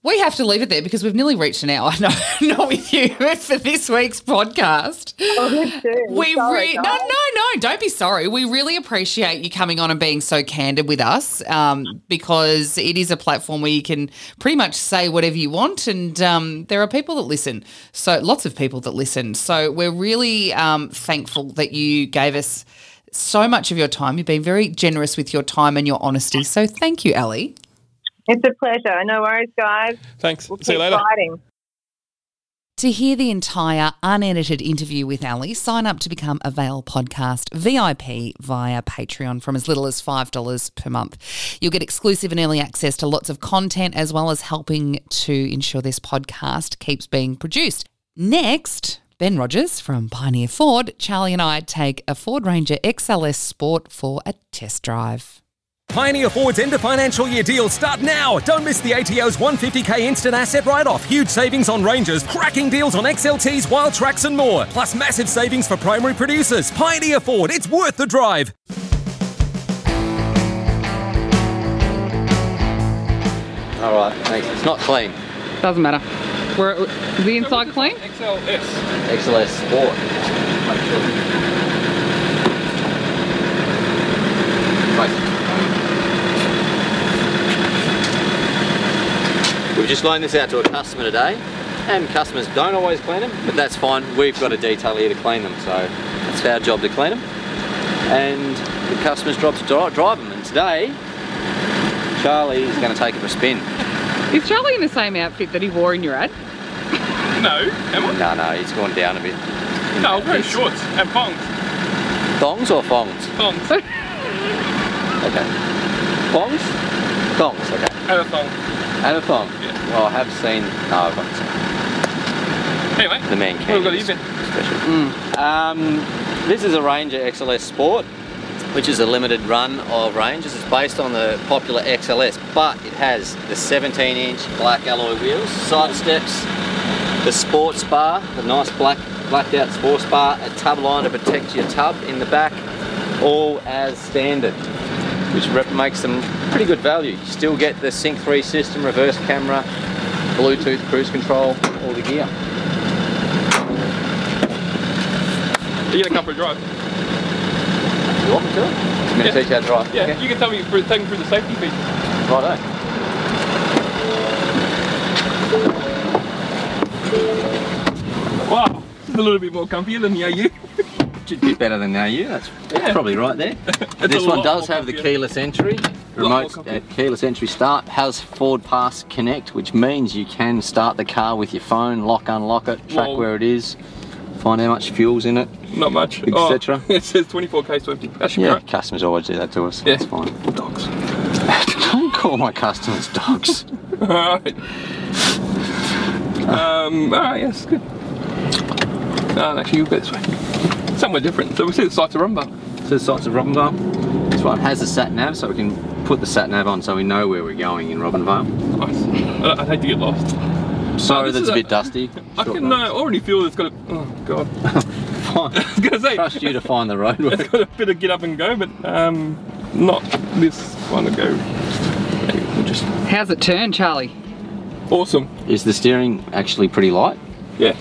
[SPEAKER 2] We have to leave it there because we've nearly reached an hour. No, not with you for this week's podcast.
[SPEAKER 6] Oh, good too.
[SPEAKER 2] We
[SPEAKER 6] Sorry,
[SPEAKER 2] re- no, no,
[SPEAKER 6] guys.
[SPEAKER 2] no. Don't be sorry. We really appreciate you coming on and being so candid with us um, because it is a platform where you can pretty much say whatever you want, and um, there are people that listen. So lots of people that listen. So we're really um, thankful that you gave us so much of your time. You've been very generous with your time and your honesty. So thank you, Ali.
[SPEAKER 6] It's a pleasure. No worries, guys.
[SPEAKER 3] Thanks.
[SPEAKER 6] We'll
[SPEAKER 3] See you
[SPEAKER 6] keep
[SPEAKER 3] later.
[SPEAKER 6] fighting.
[SPEAKER 2] To hear the entire unedited interview with Ali, sign up to become a Veil Podcast VIP via Patreon from as little as $5 per month. You'll get exclusive and early access to lots of content as well as helping to ensure this podcast keeps being produced. Next, Ben Rogers from Pioneer Ford, Charlie and I take a Ford Ranger XLS Sport for a test drive.
[SPEAKER 7] Pioneer Ford's end of financial year deals start now. Don't miss the ATO's 150k instant asset write off, huge savings on Rangers, cracking deals on XLTs, Wild Tracks, and more, plus massive savings for primary producers. Pioneer Ford, it's worth the drive.
[SPEAKER 8] All right, thanks. It's not clean.
[SPEAKER 9] Doesn't matter. We're, the inside clean?
[SPEAKER 3] XLS.
[SPEAKER 8] XLS Sport. We've just loaned this out to a customer today, and customers don't always clean them, but that's fine. We've got a detail here to clean them, so it's our job to clean them. And the customer's job to dri- drive them, and today, Charlie is going to take it for a spin.
[SPEAKER 9] Is Charlie in the same outfit that he wore in your ad?
[SPEAKER 3] No, am
[SPEAKER 8] No, no, he's gone down a bit.
[SPEAKER 3] I? No, I'm wearing shorts and thongs.
[SPEAKER 8] Thongs or thongs?
[SPEAKER 3] Thongs.
[SPEAKER 8] Okay. Thongs? Thongs, okay.
[SPEAKER 3] And a thong.
[SPEAKER 8] And a thong.
[SPEAKER 3] Yeah.
[SPEAKER 8] Well, I have seen. No, I've not seen.
[SPEAKER 3] Anyway.
[SPEAKER 8] The man
[SPEAKER 3] We've got
[SPEAKER 8] can.
[SPEAKER 3] you, Ben.
[SPEAKER 8] Special. Um, this is a Ranger XLS Sport, which is a limited run of Rangers. It's based on the popular XLS, but it has the 17 inch black alloy wheels, side steps, the sports bar, the nice black blacked out sports bar, a tub line to protect your tub in the back, all as standard, which rep- makes them pretty good value. You still get the Sync 3 system, reverse camera, Bluetooth cruise control, all the gear.
[SPEAKER 3] You get a couple of drive.
[SPEAKER 8] You want me to? I'm going to
[SPEAKER 3] Yeah.
[SPEAKER 8] teach you how to drive.
[SPEAKER 3] Yeah,
[SPEAKER 8] Okay.
[SPEAKER 3] you can tell me for taking through the safety features.
[SPEAKER 8] Righto.
[SPEAKER 3] Wow, this is a little bit more comfier than the AU.
[SPEAKER 8] Should be better than now you. That's, that's probably right there.
[SPEAKER 3] a
[SPEAKER 8] this one
[SPEAKER 3] lot
[SPEAKER 8] does
[SPEAKER 3] more
[SPEAKER 8] have the
[SPEAKER 3] comfy.
[SPEAKER 8] keyless entry.
[SPEAKER 3] more
[SPEAKER 8] Remote
[SPEAKER 3] comfy.
[SPEAKER 8] uh, keyless entry start has Ford Pass Connect, which means you can start the car with your phone, lock, unlock it, track
[SPEAKER 3] Whoa.
[SPEAKER 8] where it is, find how much fuel's in it.
[SPEAKER 3] Not much.
[SPEAKER 8] Et
[SPEAKER 3] Oh,
[SPEAKER 8] cetera.
[SPEAKER 3] it says 24k to empty passion.
[SPEAKER 8] Yeah,
[SPEAKER 3] Yeah.
[SPEAKER 8] customers always do that to us.
[SPEAKER 3] Yeah.
[SPEAKER 8] That's fine.
[SPEAKER 3] Dogs.
[SPEAKER 8] Don't call my customers dogs.
[SPEAKER 3] Alright. Um, alright, yes, good. No, actually, you'll go this way. Somewhere different. So we see the sights of Rumba.
[SPEAKER 8] to the sites of Robinvale. This one has the sat nav, so we can put the sat nav on so we know where we're going in Robinvale.
[SPEAKER 3] Nice. I- I'd hate to get lost.
[SPEAKER 8] Sorry,
[SPEAKER 3] this
[SPEAKER 8] that's
[SPEAKER 3] is
[SPEAKER 8] a
[SPEAKER 3] a-
[SPEAKER 8] bit dusty.
[SPEAKER 3] I
[SPEAKER 8] Short
[SPEAKER 3] can. No, I
[SPEAKER 8] notes.
[SPEAKER 3] already feel it's got. A, oh god. I was gonna say
[SPEAKER 8] Trust you to find the roadwork.
[SPEAKER 3] it's got a bit of get up and go, but um, not this one to go. Just
[SPEAKER 9] How's it turned, Charlie?
[SPEAKER 3] awesome.
[SPEAKER 8] Is the steering actually pretty light?
[SPEAKER 3] Yeah.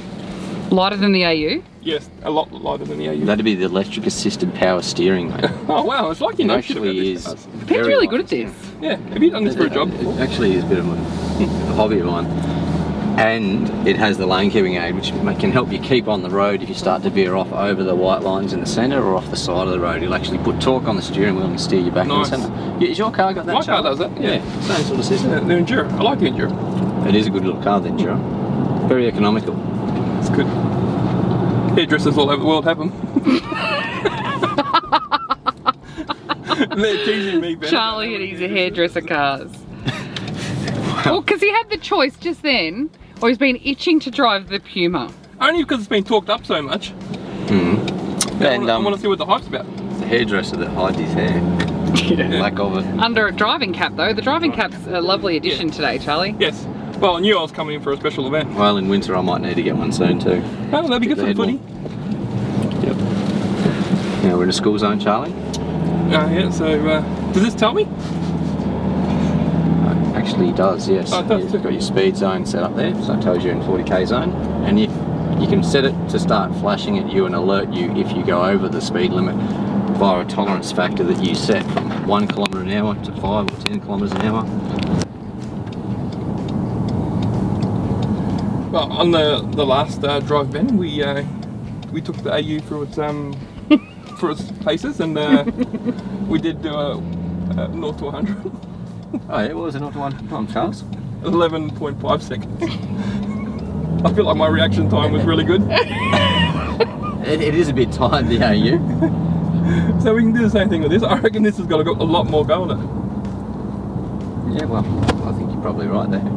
[SPEAKER 9] Lighter than the AU?
[SPEAKER 3] Yes, a lot lighter than the AU.
[SPEAKER 8] That'd be the electric assisted power steering, mate.
[SPEAKER 3] oh wow, it's like you
[SPEAKER 8] It
[SPEAKER 3] know shit about
[SPEAKER 8] actually
[SPEAKER 3] these
[SPEAKER 8] is.
[SPEAKER 3] cars.
[SPEAKER 9] Ped's
[SPEAKER 8] very
[SPEAKER 9] really
[SPEAKER 8] light
[SPEAKER 9] good at
[SPEAKER 8] steering.
[SPEAKER 9] this.
[SPEAKER 3] Yeah. Have you done this for a job?
[SPEAKER 8] It actually is a bit of a hobby of mine. And it has the lane keeping aid, which ma- can help you keep on the road if you start to veer off over the white lines in the centre or off the side of the road. It'll actually put torque on the steering wheel and steer you back
[SPEAKER 3] Nice.
[SPEAKER 8] in the centre. Yeah, Is your car got that?
[SPEAKER 3] My car
[SPEAKER 8] Charlie?
[SPEAKER 3] does that, yeah.
[SPEAKER 8] same sort
[SPEAKER 3] Yeah,
[SPEAKER 8] of system.
[SPEAKER 3] the Enduro. I like the Enduro.
[SPEAKER 8] It is a good little car, then, Enduro. Very economical.
[SPEAKER 3] It's good. Hairdressers all over the world have them. They're teasing me. better.
[SPEAKER 9] Charlie and he's a hairdresser cars. well, because he had the choice just then, or he's been itching to drive the Puma.
[SPEAKER 3] Only because it's been talked up so much.
[SPEAKER 8] And
[SPEAKER 3] I
[SPEAKER 8] um,
[SPEAKER 3] want to see what the hype's about.
[SPEAKER 8] the hairdresser that hides his hair. Lack of it.
[SPEAKER 9] Under a driving cap, though. The driving cap's a lovely addition today, Charlie.
[SPEAKER 3] Yes. Well, I knew I was coming in for a special event.
[SPEAKER 8] Well, in winter, I might need to get one soon, too.
[SPEAKER 3] Oh, that'd be good for the footy.
[SPEAKER 8] Yep. Now we're in a school zone, Charlie.
[SPEAKER 3] Uh, yeah, so uh, does this tell me?
[SPEAKER 8] Uh, Actually, it does, yes.
[SPEAKER 3] Oh, it does, too.
[SPEAKER 8] You've got your speed zone set up there, so it tells you in 40k zone. And you, you can set it to start flashing at you and alert you if you go over the speed limit via a tolerance factor that you set from 1 kilometre an hour to 5 or 10 kilometres an hour.
[SPEAKER 3] Well, on the the last uh, drive, Ben, we uh, we took the AU for its um for its places, and uh, we did do a, a north to 100,
[SPEAKER 8] Oh, yeah, what was it not one time, Charles?
[SPEAKER 3] 11.5 seconds. I feel like my reaction time was really good,
[SPEAKER 8] It, it is a bit tired, the AU.
[SPEAKER 3] so we can do the same thing with this. I reckon this has got a, go- a lot more go on it.
[SPEAKER 8] yeah, well, I think you're probably right there.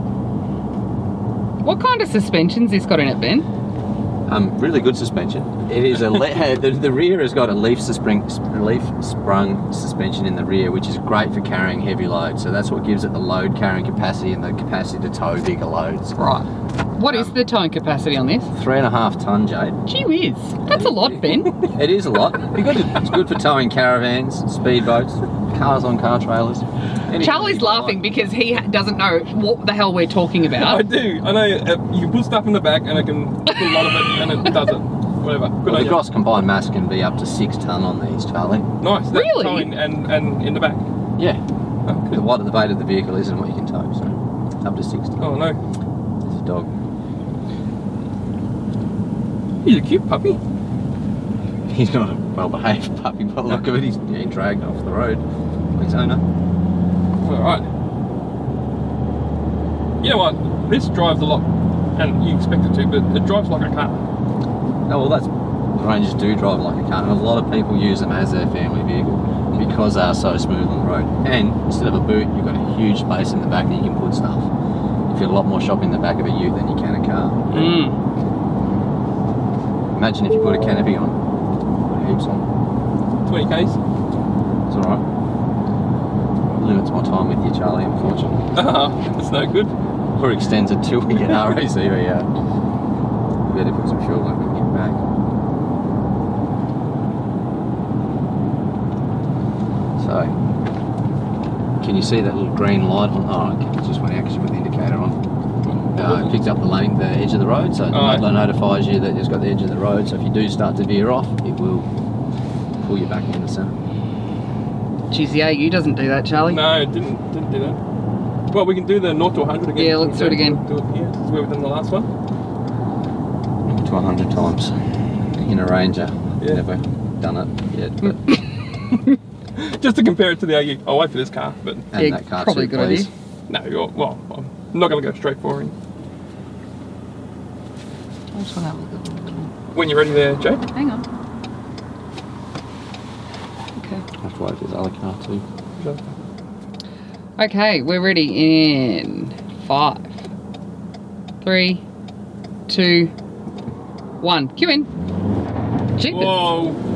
[SPEAKER 9] What kind of suspensions he's got in it, Ben?
[SPEAKER 8] Um, really good suspension. It is a le- the, the rear has got a leaf spring leaf sprung suspension in the rear, which is great for carrying heavy loads. So that's what gives it the load carrying capacity and the capacity to tow bigger loads. Right.
[SPEAKER 9] What is the towing capacity on this?
[SPEAKER 8] Three and a half ton, Jade.
[SPEAKER 9] Gee whiz. That's a lot, Ben.
[SPEAKER 8] It is a lot. You got to- it's good for towing caravans, speedboats, cars on car trailers. anything
[SPEAKER 9] Charlie's
[SPEAKER 8] you like.
[SPEAKER 9] laughing because he ha- doesn't know what the hell we're talking
[SPEAKER 3] I
[SPEAKER 9] about.
[SPEAKER 3] do. I know uh, you put stuff in the back, and I can put a lot of it, and it does it. Whatever. Good
[SPEAKER 8] Well, the
[SPEAKER 3] idea.
[SPEAKER 8] gross combined mass can be up to six ton on these, Charlie.
[SPEAKER 3] Nice. that's
[SPEAKER 9] Really?
[SPEAKER 3] towing And and in the back.
[SPEAKER 8] Yeah.
[SPEAKER 3] Oh,
[SPEAKER 8] The
[SPEAKER 3] cool.
[SPEAKER 8] weight of the weight of the vehicle isn't what you can tow, so up to six ton.
[SPEAKER 3] Oh no,
[SPEAKER 8] There's a dog.
[SPEAKER 3] he's a cute puppy.
[SPEAKER 8] He's not a well-behaved puppy by the look of it. He's getting dragged off the road by his owner.
[SPEAKER 3] All right. You know what? This drives a lot, and you expect it to, but it drives like a car.
[SPEAKER 8] Oh well, that's the Rangers do drive like a car, and a lot of people use them as their family vehicle because they are so smooth on the road. And instead of a boot, you've got a huge space in the back that you can put stuff. You've got a lot more shop in the back of a Ute than you can a car.
[SPEAKER 3] Mm.
[SPEAKER 8] Imagine if you put a canopy on, heaps on.
[SPEAKER 3] 20 k's.
[SPEAKER 8] It's all right. Limits my time with you, Charlie, unfortunately.
[SPEAKER 3] Ah, that's no good.
[SPEAKER 8] Or extends it till we get RAC. We uh, better put some fuel on when we get back. So, can you see that little green light on? Oh, okay, it just went out because you put the indicator on. Uh, it picked up the lane, the edge of the road, so it
[SPEAKER 3] Alright.
[SPEAKER 8] not- notifies you that it's got the edge of the road. So if you do start to veer off, it will pull you back in the centre.
[SPEAKER 9] Geez, the AU doesn't do that, Charlie.
[SPEAKER 3] No, it didn't didn't do that. Well, we can do the 0 to 100 again.
[SPEAKER 9] Yeah, let's do it again.
[SPEAKER 3] Do it here. This is where we've done the last one.
[SPEAKER 8] to 100 times in a Ranger.
[SPEAKER 3] Yeah.
[SPEAKER 8] Never done it yet, but
[SPEAKER 9] Mm.
[SPEAKER 3] Just to compare it to the AU. I'll wait for this car, but
[SPEAKER 8] and
[SPEAKER 9] Yeah,
[SPEAKER 8] that car
[SPEAKER 9] probably
[SPEAKER 8] too,
[SPEAKER 9] a good
[SPEAKER 8] please.
[SPEAKER 9] idea.
[SPEAKER 3] no, you're, well, I'm not going to go straight for him. When you're ready there, Jake.
[SPEAKER 9] Hang on. Okay.
[SPEAKER 8] Have to wait for this other car too.
[SPEAKER 9] Okay, we're ready in five, three, two, one. Cue in. Jeepers.
[SPEAKER 3] Whoa!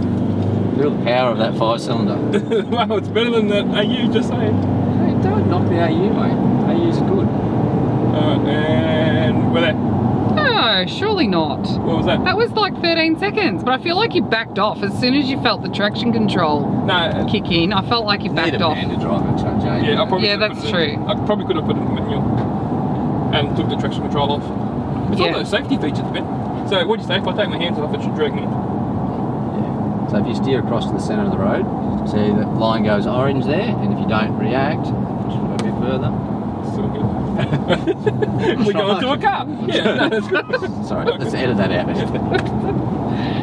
[SPEAKER 8] Look at the power of that five-cylinder.
[SPEAKER 3] wow, it's better than that AU, just saying.
[SPEAKER 8] Hey, don't knock the AU, mate. AU's good.
[SPEAKER 3] Uh, and we're there.
[SPEAKER 9] no, surely not.
[SPEAKER 3] What was that?
[SPEAKER 9] That was like 13 seconds, but I feel like you backed off as soon as you felt the traction control
[SPEAKER 3] No,
[SPEAKER 9] kick in. I felt like you backed off.
[SPEAKER 8] to drive it, Chuck, eh?
[SPEAKER 3] uh, yeah, I probably
[SPEAKER 9] Yeah,
[SPEAKER 3] should have
[SPEAKER 9] that's
[SPEAKER 3] put it in-
[SPEAKER 9] true.
[SPEAKER 3] I probably could have put it in manual and took the traction control off. It's
[SPEAKER 9] Yeah.
[SPEAKER 3] all those safety features, man. So what do you say if I take my hands off, it should drag me?
[SPEAKER 8] Yeah. So if you steer across to the centre of the road, see the line goes orange there, and if you don't react, push it a bit further.
[SPEAKER 3] So good. we go into a car. Yeah, no, that's good.
[SPEAKER 8] Sorry, let's edit that out.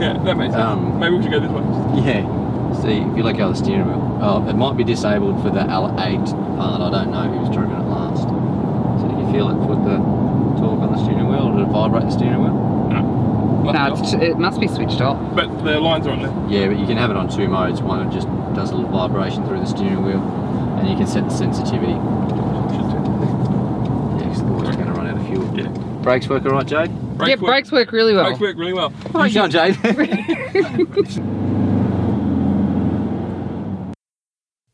[SPEAKER 3] Yeah, that makes sense.
[SPEAKER 8] Um,
[SPEAKER 3] Maybe we should go this way.
[SPEAKER 8] yeah. See, if you look out the steering wheel, oh, it might be disabled for the L8 part. I don't know who's driven it last. So did you feel it put the torque on the steering wheel? Did it vibrate the steering wheel?
[SPEAKER 9] No, it's, it must be switched off.
[SPEAKER 3] But the lines are on there.
[SPEAKER 8] Yeah, but you can have it on two modes. One that just does a little vibration through the steering wheel, and you can set the sensitivity. Yeah, 'cause otherwise you're going to run out of fuel.
[SPEAKER 3] Yeah.
[SPEAKER 8] Brakes work all right, Jade?
[SPEAKER 9] yeah,
[SPEAKER 3] work-
[SPEAKER 9] brakes work really well.
[SPEAKER 3] Brakes work really well.
[SPEAKER 8] Keep going, Jade.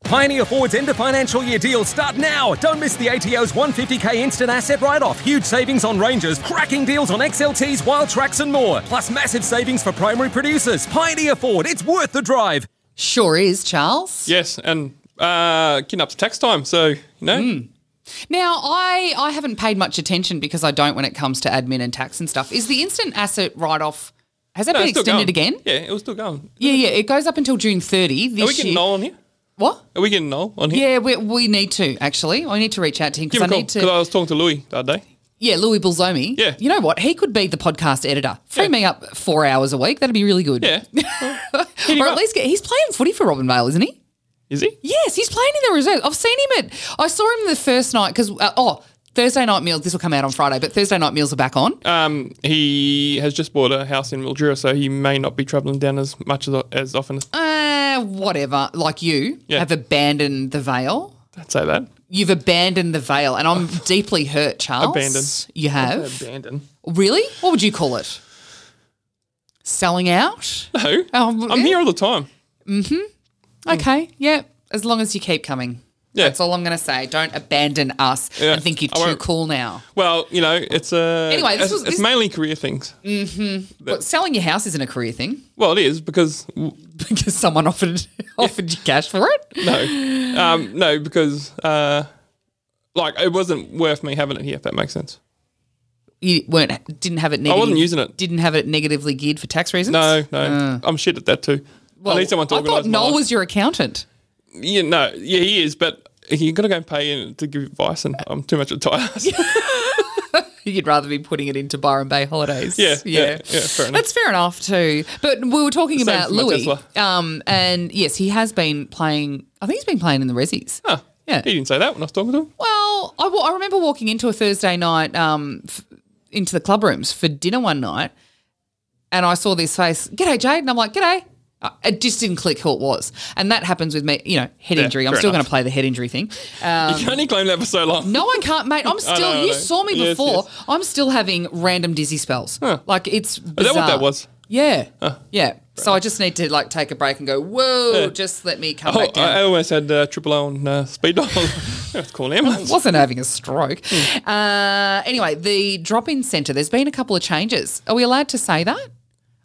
[SPEAKER 7] Pioneer Ford's end of financial year deals start now. Don't miss the ATO's 150k instant asset write off, huge savings on Rangers, cracking deals on XLTs, Wildtrakks, and more, plus massive savings for primary producers. Pioneer Ford, it's worth the drive.
[SPEAKER 2] Sure is, Charles.
[SPEAKER 3] Yes, and uh, getting up to tax time, so you know.
[SPEAKER 2] Hmm. Now, I, I haven't paid much attention because I don't when it comes to admin and tax and stuff. Is the instant asset write off, has that
[SPEAKER 3] No,
[SPEAKER 2] been
[SPEAKER 3] it's still
[SPEAKER 2] extended
[SPEAKER 3] going.
[SPEAKER 2] again?
[SPEAKER 3] Yeah, it was still going.
[SPEAKER 2] Yeah, yeah. It goes up until June 30 this
[SPEAKER 3] Are we getting
[SPEAKER 2] year.
[SPEAKER 3] null on here?
[SPEAKER 2] What?
[SPEAKER 3] Are we getting null on here?
[SPEAKER 2] Yeah, we, we need to, actually. I need to reach out to him
[SPEAKER 3] Give
[SPEAKER 2] because
[SPEAKER 3] him
[SPEAKER 2] I
[SPEAKER 3] a call
[SPEAKER 2] need
[SPEAKER 3] because
[SPEAKER 2] to.
[SPEAKER 3] I was talking to Louis that day.
[SPEAKER 2] Yeah, Louis Bulzomi.
[SPEAKER 3] Yeah.
[SPEAKER 2] You know what? He could be the podcast editor. Free
[SPEAKER 3] Yeah.
[SPEAKER 2] me up four hours a week. That'd be really good.
[SPEAKER 3] Yeah, him
[SPEAKER 2] or at
[SPEAKER 3] up.
[SPEAKER 2] least get, he's playing footy for Robin Vale, isn't he?
[SPEAKER 3] is he?
[SPEAKER 2] Yes, he's playing in the reserves. I've seen him at. I saw him the first night because uh, oh Thursday night meals. This will come out on Friday, but Thursday night meals are back on.
[SPEAKER 3] Um, he has just bought a house in Mildura, so he may not be travelling down as much as, as often as
[SPEAKER 2] Uh, whatever. Like you
[SPEAKER 3] Yeah.
[SPEAKER 2] have abandoned the veil.
[SPEAKER 3] I'd say that.
[SPEAKER 2] You've abandoned the veil, and I'm deeply hurt, Charles.
[SPEAKER 3] Abandoned.
[SPEAKER 2] You
[SPEAKER 3] Uh,
[SPEAKER 2] have
[SPEAKER 3] Abandon.
[SPEAKER 2] really. What would you call it? Selling out.
[SPEAKER 3] No,
[SPEAKER 2] Oh,
[SPEAKER 3] I'm
[SPEAKER 2] yeah.
[SPEAKER 3] here all the time.
[SPEAKER 2] Okay. Yeah. As long as you keep coming.
[SPEAKER 3] Yeah.
[SPEAKER 2] That's all I'm going to say. Don't abandon us
[SPEAKER 3] Yeah,
[SPEAKER 2] and think you're
[SPEAKER 3] I
[SPEAKER 2] too
[SPEAKER 3] won't.
[SPEAKER 2] cool now.
[SPEAKER 3] Well, you know, it's uh,
[SPEAKER 2] Anyway, this
[SPEAKER 3] it's,
[SPEAKER 2] was-
[SPEAKER 3] it's
[SPEAKER 2] this-
[SPEAKER 3] mainly career things.
[SPEAKER 2] But selling your house isn't a career thing
[SPEAKER 3] Well, it is because
[SPEAKER 2] because someone offered offered you cash for it.
[SPEAKER 3] no, um, no, because uh, like it wasn't worth me having it here. If that makes sense.
[SPEAKER 2] You weren't didn't have it. Negative,
[SPEAKER 3] wasn't using it.
[SPEAKER 2] Didn't have it negatively geared for tax reasons.
[SPEAKER 3] No, no, I'm shit at that too.
[SPEAKER 2] Ah. Well,
[SPEAKER 3] I need someone to
[SPEAKER 2] I
[SPEAKER 3] organise
[SPEAKER 2] thought
[SPEAKER 3] my
[SPEAKER 2] Noel
[SPEAKER 3] life.
[SPEAKER 2] was your accountant.
[SPEAKER 3] Yeah, no, yeah, he is, but you got to go and pay in to give advice, and I'm too much of a tight ass.
[SPEAKER 2] You'd rather be putting it into Byron Bay holidays.
[SPEAKER 3] Yeah, yeah, yeah, fair enough.
[SPEAKER 2] That's fair enough too. But we were talking
[SPEAKER 3] Same
[SPEAKER 2] about
[SPEAKER 3] for my
[SPEAKER 2] Louis,
[SPEAKER 3] Tesla.
[SPEAKER 2] um, and yes, he has been playing. I think he's been playing in the Resis.
[SPEAKER 3] Huh.
[SPEAKER 2] Yeah.
[SPEAKER 3] He didn't say that when I was talking to him.
[SPEAKER 2] Well, I, wa- I remember walking into a Thursday night um, f- into the club rooms for dinner one night, and I saw this face, G'day, Jade. And I'm like, G'day. Uh, It just didn't click who it was. And that happens with me, you know, head
[SPEAKER 3] Yeah,
[SPEAKER 2] injury. I'm
[SPEAKER 3] fair
[SPEAKER 2] still going
[SPEAKER 3] enough.
[SPEAKER 2] to play the head injury thing. Um,
[SPEAKER 3] you can only claim that for so long.
[SPEAKER 2] No, I can't, mate. I'm still,
[SPEAKER 3] know, I
[SPEAKER 2] you
[SPEAKER 3] know.
[SPEAKER 2] saw me
[SPEAKER 3] Yes,
[SPEAKER 2] before.
[SPEAKER 3] yes.
[SPEAKER 2] I'm still having random dizzy spells. Like, it's bizarre.
[SPEAKER 3] Is that what that was?
[SPEAKER 2] Yeah. Yeah. So I just need to, like, take a break and go, Whoa,
[SPEAKER 3] Yeah.
[SPEAKER 2] just let me come
[SPEAKER 3] Oh,
[SPEAKER 2] back down.
[SPEAKER 3] I, I almost had uh, triple O on uh, speed dial. Let's call an ambulance.
[SPEAKER 2] wasn't having a stroke.
[SPEAKER 3] Hmm.
[SPEAKER 2] Uh, anyway, the drop in centre, there's been a couple of changes. Are we allowed to say that?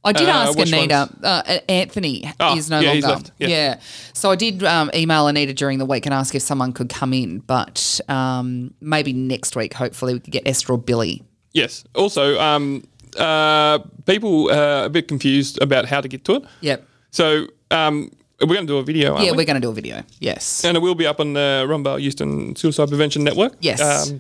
[SPEAKER 2] I did
[SPEAKER 3] Uh,
[SPEAKER 2] ask
[SPEAKER 3] which
[SPEAKER 2] Anita. Uh, Anthony
[SPEAKER 3] Oh,
[SPEAKER 2] is no
[SPEAKER 3] yeah, he's
[SPEAKER 2] longer.
[SPEAKER 3] left. Yeah.
[SPEAKER 2] So I did um, email Anita during the week and ask if someone could come in, but um, maybe next week, hopefully, we could get Esther or Billy.
[SPEAKER 3] Yes. Also, um, uh, people uh, a bit confused about how to get to it.
[SPEAKER 2] Yep.
[SPEAKER 3] So um, we're going to do a video, aren't
[SPEAKER 2] Yeah,
[SPEAKER 3] we?
[SPEAKER 2] we're going to do a video. Yes.
[SPEAKER 3] and it will be up on the Rumba Houston Suicide Prevention Network. um,
[SPEAKER 2] Yes.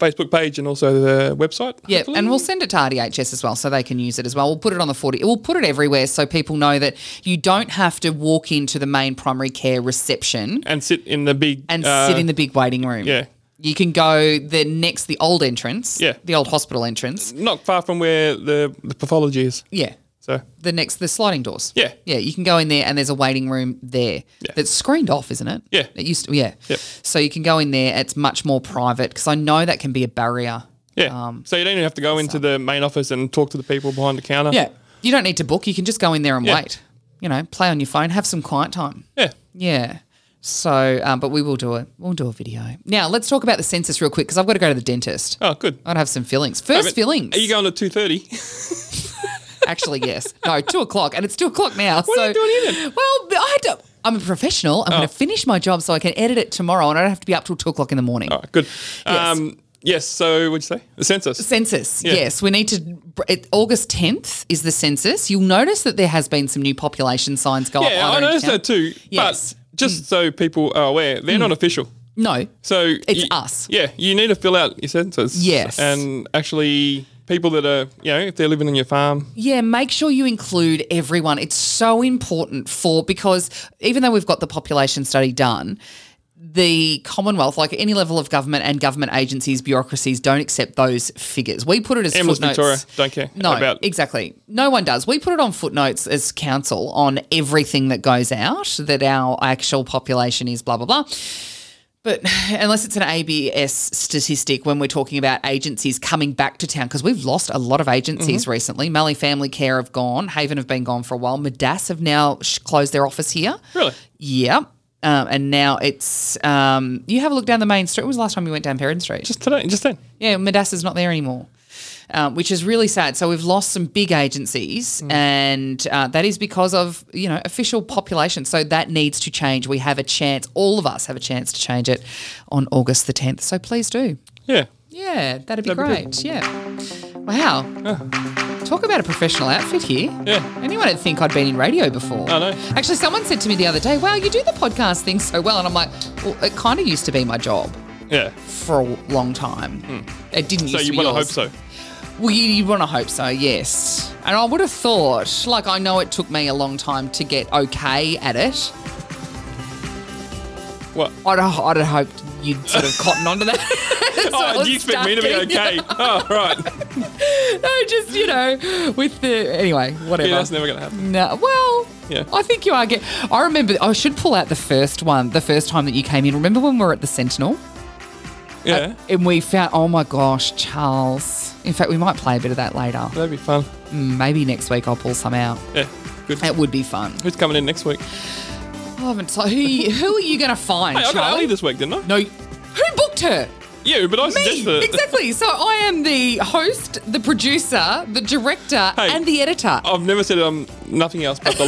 [SPEAKER 3] Facebook page and also the website.
[SPEAKER 2] Yeah,
[SPEAKER 3] hopefully.
[SPEAKER 2] and we'll send it to RDHS as well, so they can use it as well. We'll put it on the forty. We'll put it everywhere, so people know that you don't have to walk into the main primary care reception
[SPEAKER 3] and sit in the big
[SPEAKER 2] and
[SPEAKER 3] uh,
[SPEAKER 2] sit in the big waiting room.
[SPEAKER 3] yeah.
[SPEAKER 2] You can go the next, the old entrance.
[SPEAKER 3] Yeah.
[SPEAKER 2] The old hospital entrance.
[SPEAKER 3] not far from where the, the pathology is.
[SPEAKER 2] Yeah.
[SPEAKER 3] So
[SPEAKER 2] The next, the sliding doors.
[SPEAKER 3] Yeah.
[SPEAKER 2] Yeah. You can go in there and there's a waiting room there that's screened off, isn't it?
[SPEAKER 3] Yeah.
[SPEAKER 2] It used to, yeah.
[SPEAKER 3] Yep.
[SPEAKER 2] So you can go in there. It's much more private because I know that can be a barrier.
[SPEAKER 3] yeah,
[SPEAKER 2] Um,
[SPEAKER 3] so you don't even have to go into the main office and talk to the people behind the counter.
[SPEAKER 2] Yeah. You don't need to book. You can just go in there and
[SPEAKER 3] Yeah.
[SPEAKER 2] wait. You know, play on your phone, have some quiet time.
[SPEAKER 3] yeah.
[SPEAKER 2] Yeah. So, um, but we will do it. We'll do a video. Now, let's talk about the census real quick because I've got to go to the dentist.
[SPEAKER 3] Oh, good.
[SPEAKER 2] I'd have some fillings. First
[SPEAKER 3] But
[SPEAKER 2] fillings.
[SPEAKER 3] Are you going to two thirty?
[SPEAKER 2] Actually, yes. No, two o'clock, and it's two o'clock now. What so,
[SPEAKER 3] are you doing here then? Oh.
[SPEAKER 2] Well, I had to. I'm a professional. I'm going to finish my job so I can edit it tomorrow, and I don't have to be up till two o'clock in the morning.
[SPEAKER 3] All right, good. Um, yes. So, what'd you say? The census.
[SPEAKER 2] Census, yes. We need to. It, August 10th is the census. You'll notice that there has been some new population signs go up.
[SPEAKER 3] yeah,
[SPEAKER 2] either
[SPEAKER 3] I
[SPEAKER 2] in
[SPEAKER 3] noticed
[SPEAKER 2] town-
[SPEAKER 3] that too.
[SPEAKER 2] Yes. Mm.
[SPEAKER 3] But just so people are aware, they're not official.
[SPEAKER 2] No.
[SPEAKER 3] So
[SPEAKER 2] It's
[SPEAKER 3] you-
[SPEAKER 2] us.
[SPEAKER 3] Yeah, you need to fill out your census.
[SPEAKER 2] Yes.
[SPEAKER 3] And actually, people that are you know if they're living on your farm,
[SPEAKER 2] Yeah, make sure you include everyone. It's so important for because even though we've got the population study done, the Commonwealth, like any level of government and government agencies, bureaucracies, don't accept those figures. We put it as
[SPEAKER 3] Amherst,
[SPEAKER 2] footnotes.
[SPEAKER 3] Victoria, don't care
[SPEAKER 2] No,
[SPEAKER 3] about-
[SPEAKER 2] exactly. No one does. We put it on footnotes as council on everything that goes out that our actual population is blah blah blah. But unless it's an ABS statistic when we're talking about agencies coming back to town, because we've lost a lot of agencies
[SPEAKER 3] Mm-hmm.
[SPEAKER 2] recently. Mallee Family Care have gone, Haven have been gone for a while, Madas have now sh- closed their office here.
[SPEAKER 3] really.
[SPEAKER 2] Yeah. Um, and now it's, um, you have a look down the main street. When was the last time you went down Perrin Street?
[SPEAKER 3] Just today, just then.
[SPEAKER 2] Yeah, Madassa's not there anymore, um, which is really sad. So we've lost some big agencies,
[SPEAKER 3] Mm.
[SPEAKER 2] and uh, that is because of you know official population. So that needs to change. We have a chance. All of us have a chance to change it on August the tenth. So please do.
[SPEAKER 3] Yeah.
[SPEAKER 2] Yeah, that'd be
[SPEAKER 3] That'd be Uh-huh.
[SPEAKER 2] great. yeah. Wow. Talk about a professional outfit here.
[SPEAKER 3] Yeah.
[SPEAKER 2] Anyone would think I'd been in radio before.
[SPEAKER 3] I know.
[SPEAKER 2] Actually, someone said to me the other day, "Wow, you do the podcast thing so well," and I'm like, "Well, it kind of used to be my job."
[SPEAKER 3] Yeah.
[SPEAKER 2] for a long time. It didn't
[SPEAKER 3] Hmm. So
[SPEAKER 2] used to
[SPEAKER 3] you
[SPEAKER 2] be
[SPEAKER 3] want to hope
[SPEAKER 2] yours.
[SPEAKER 3] so.
[SPEAKER 2] Well, you, you want to hope so, yes. And I would have thought, like, I know it took me a long time to get okay at it.
[SPEAKER 3] What?
[SPEAKER 2] I'd, I'd have hoped you'd sort of cotton onto that. So I
[SPEAKER 3] oh,
[SPEAKER 2] was
[SPEAKER 3] do you expect me to be
[SPEAKER 2] stuck in-
[SPEAKER 3] okay? oh, right.
[SPEAKER 2] no, just, you know, with the. Anyway, whatever.
[SPEAKER 3] Yeah, that's never gonna happen.
[SPEAKER 2] No, well,
[SPEAKER 3] Yeah.
[SPEAKER 2] I think you are get. I remember. I should pull out the first one, the first time that you came in. Remember when we were at the Sentinel?
[SPEAKER 3] Yeah.
[SPEAKER 2] And we found, oh my gosh, Charles. In fact, we might play a bit of that later. Mm,
[SPEAKER 3] That'd be fun.
[SPEAKER 2] Maybe next week I'll pull some out.
[SPEAKER 3] Yeah. Good.
[SPEAKER 2] That would be fun.
[SPEAKER 3] Who's coming in next week?
[SPEAKER 2] I haven't. So who who are you going to find?
[SPEAKER 3] Hey, I got
[SPEAKER 2] Charlie?
[SPEAKER 3] Ali this week, didn't I?
[SPEAKER 2] No, who booked her?
[SPEAKER 3] Yeah, but I
[SPEAKER 2] Me.
[SPEAKER 3] suggested it.
[SPEAKER 2] Exactly. So I am the host, the producer, the director,
[SPEAKER 3] Hey.
[SPEAKER 2] and the editor.
[SPEAKER 3] I've never said um nothing else but the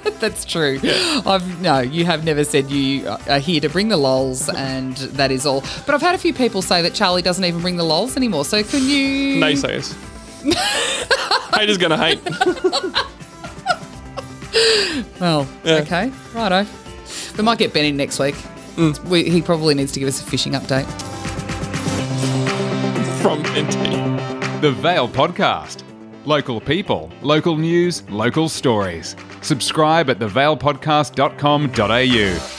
[SPEAKER 3] lols.
[SPEAKER 2] That's true. I've no, you have never said you are here to bring the lols, and that is all. But I've had a few people say that Charlie doesn't even bring the lols anymore. So can you?
[SPEAKER 3] Naysayers. Haters gonna hate.
[SPEAKER 2] Well,
[SPEAKER 3] Yeah.
[SPEAKER 2] okay, righto. We might get Ben in next week. We, he probably needs to give us a fishing update.
[SPEAKER 3] From NT.
[SPEAKER 1] The Vale Podcast. Local people, local news, local stories. Subscribe at thevalepodcast.com.au.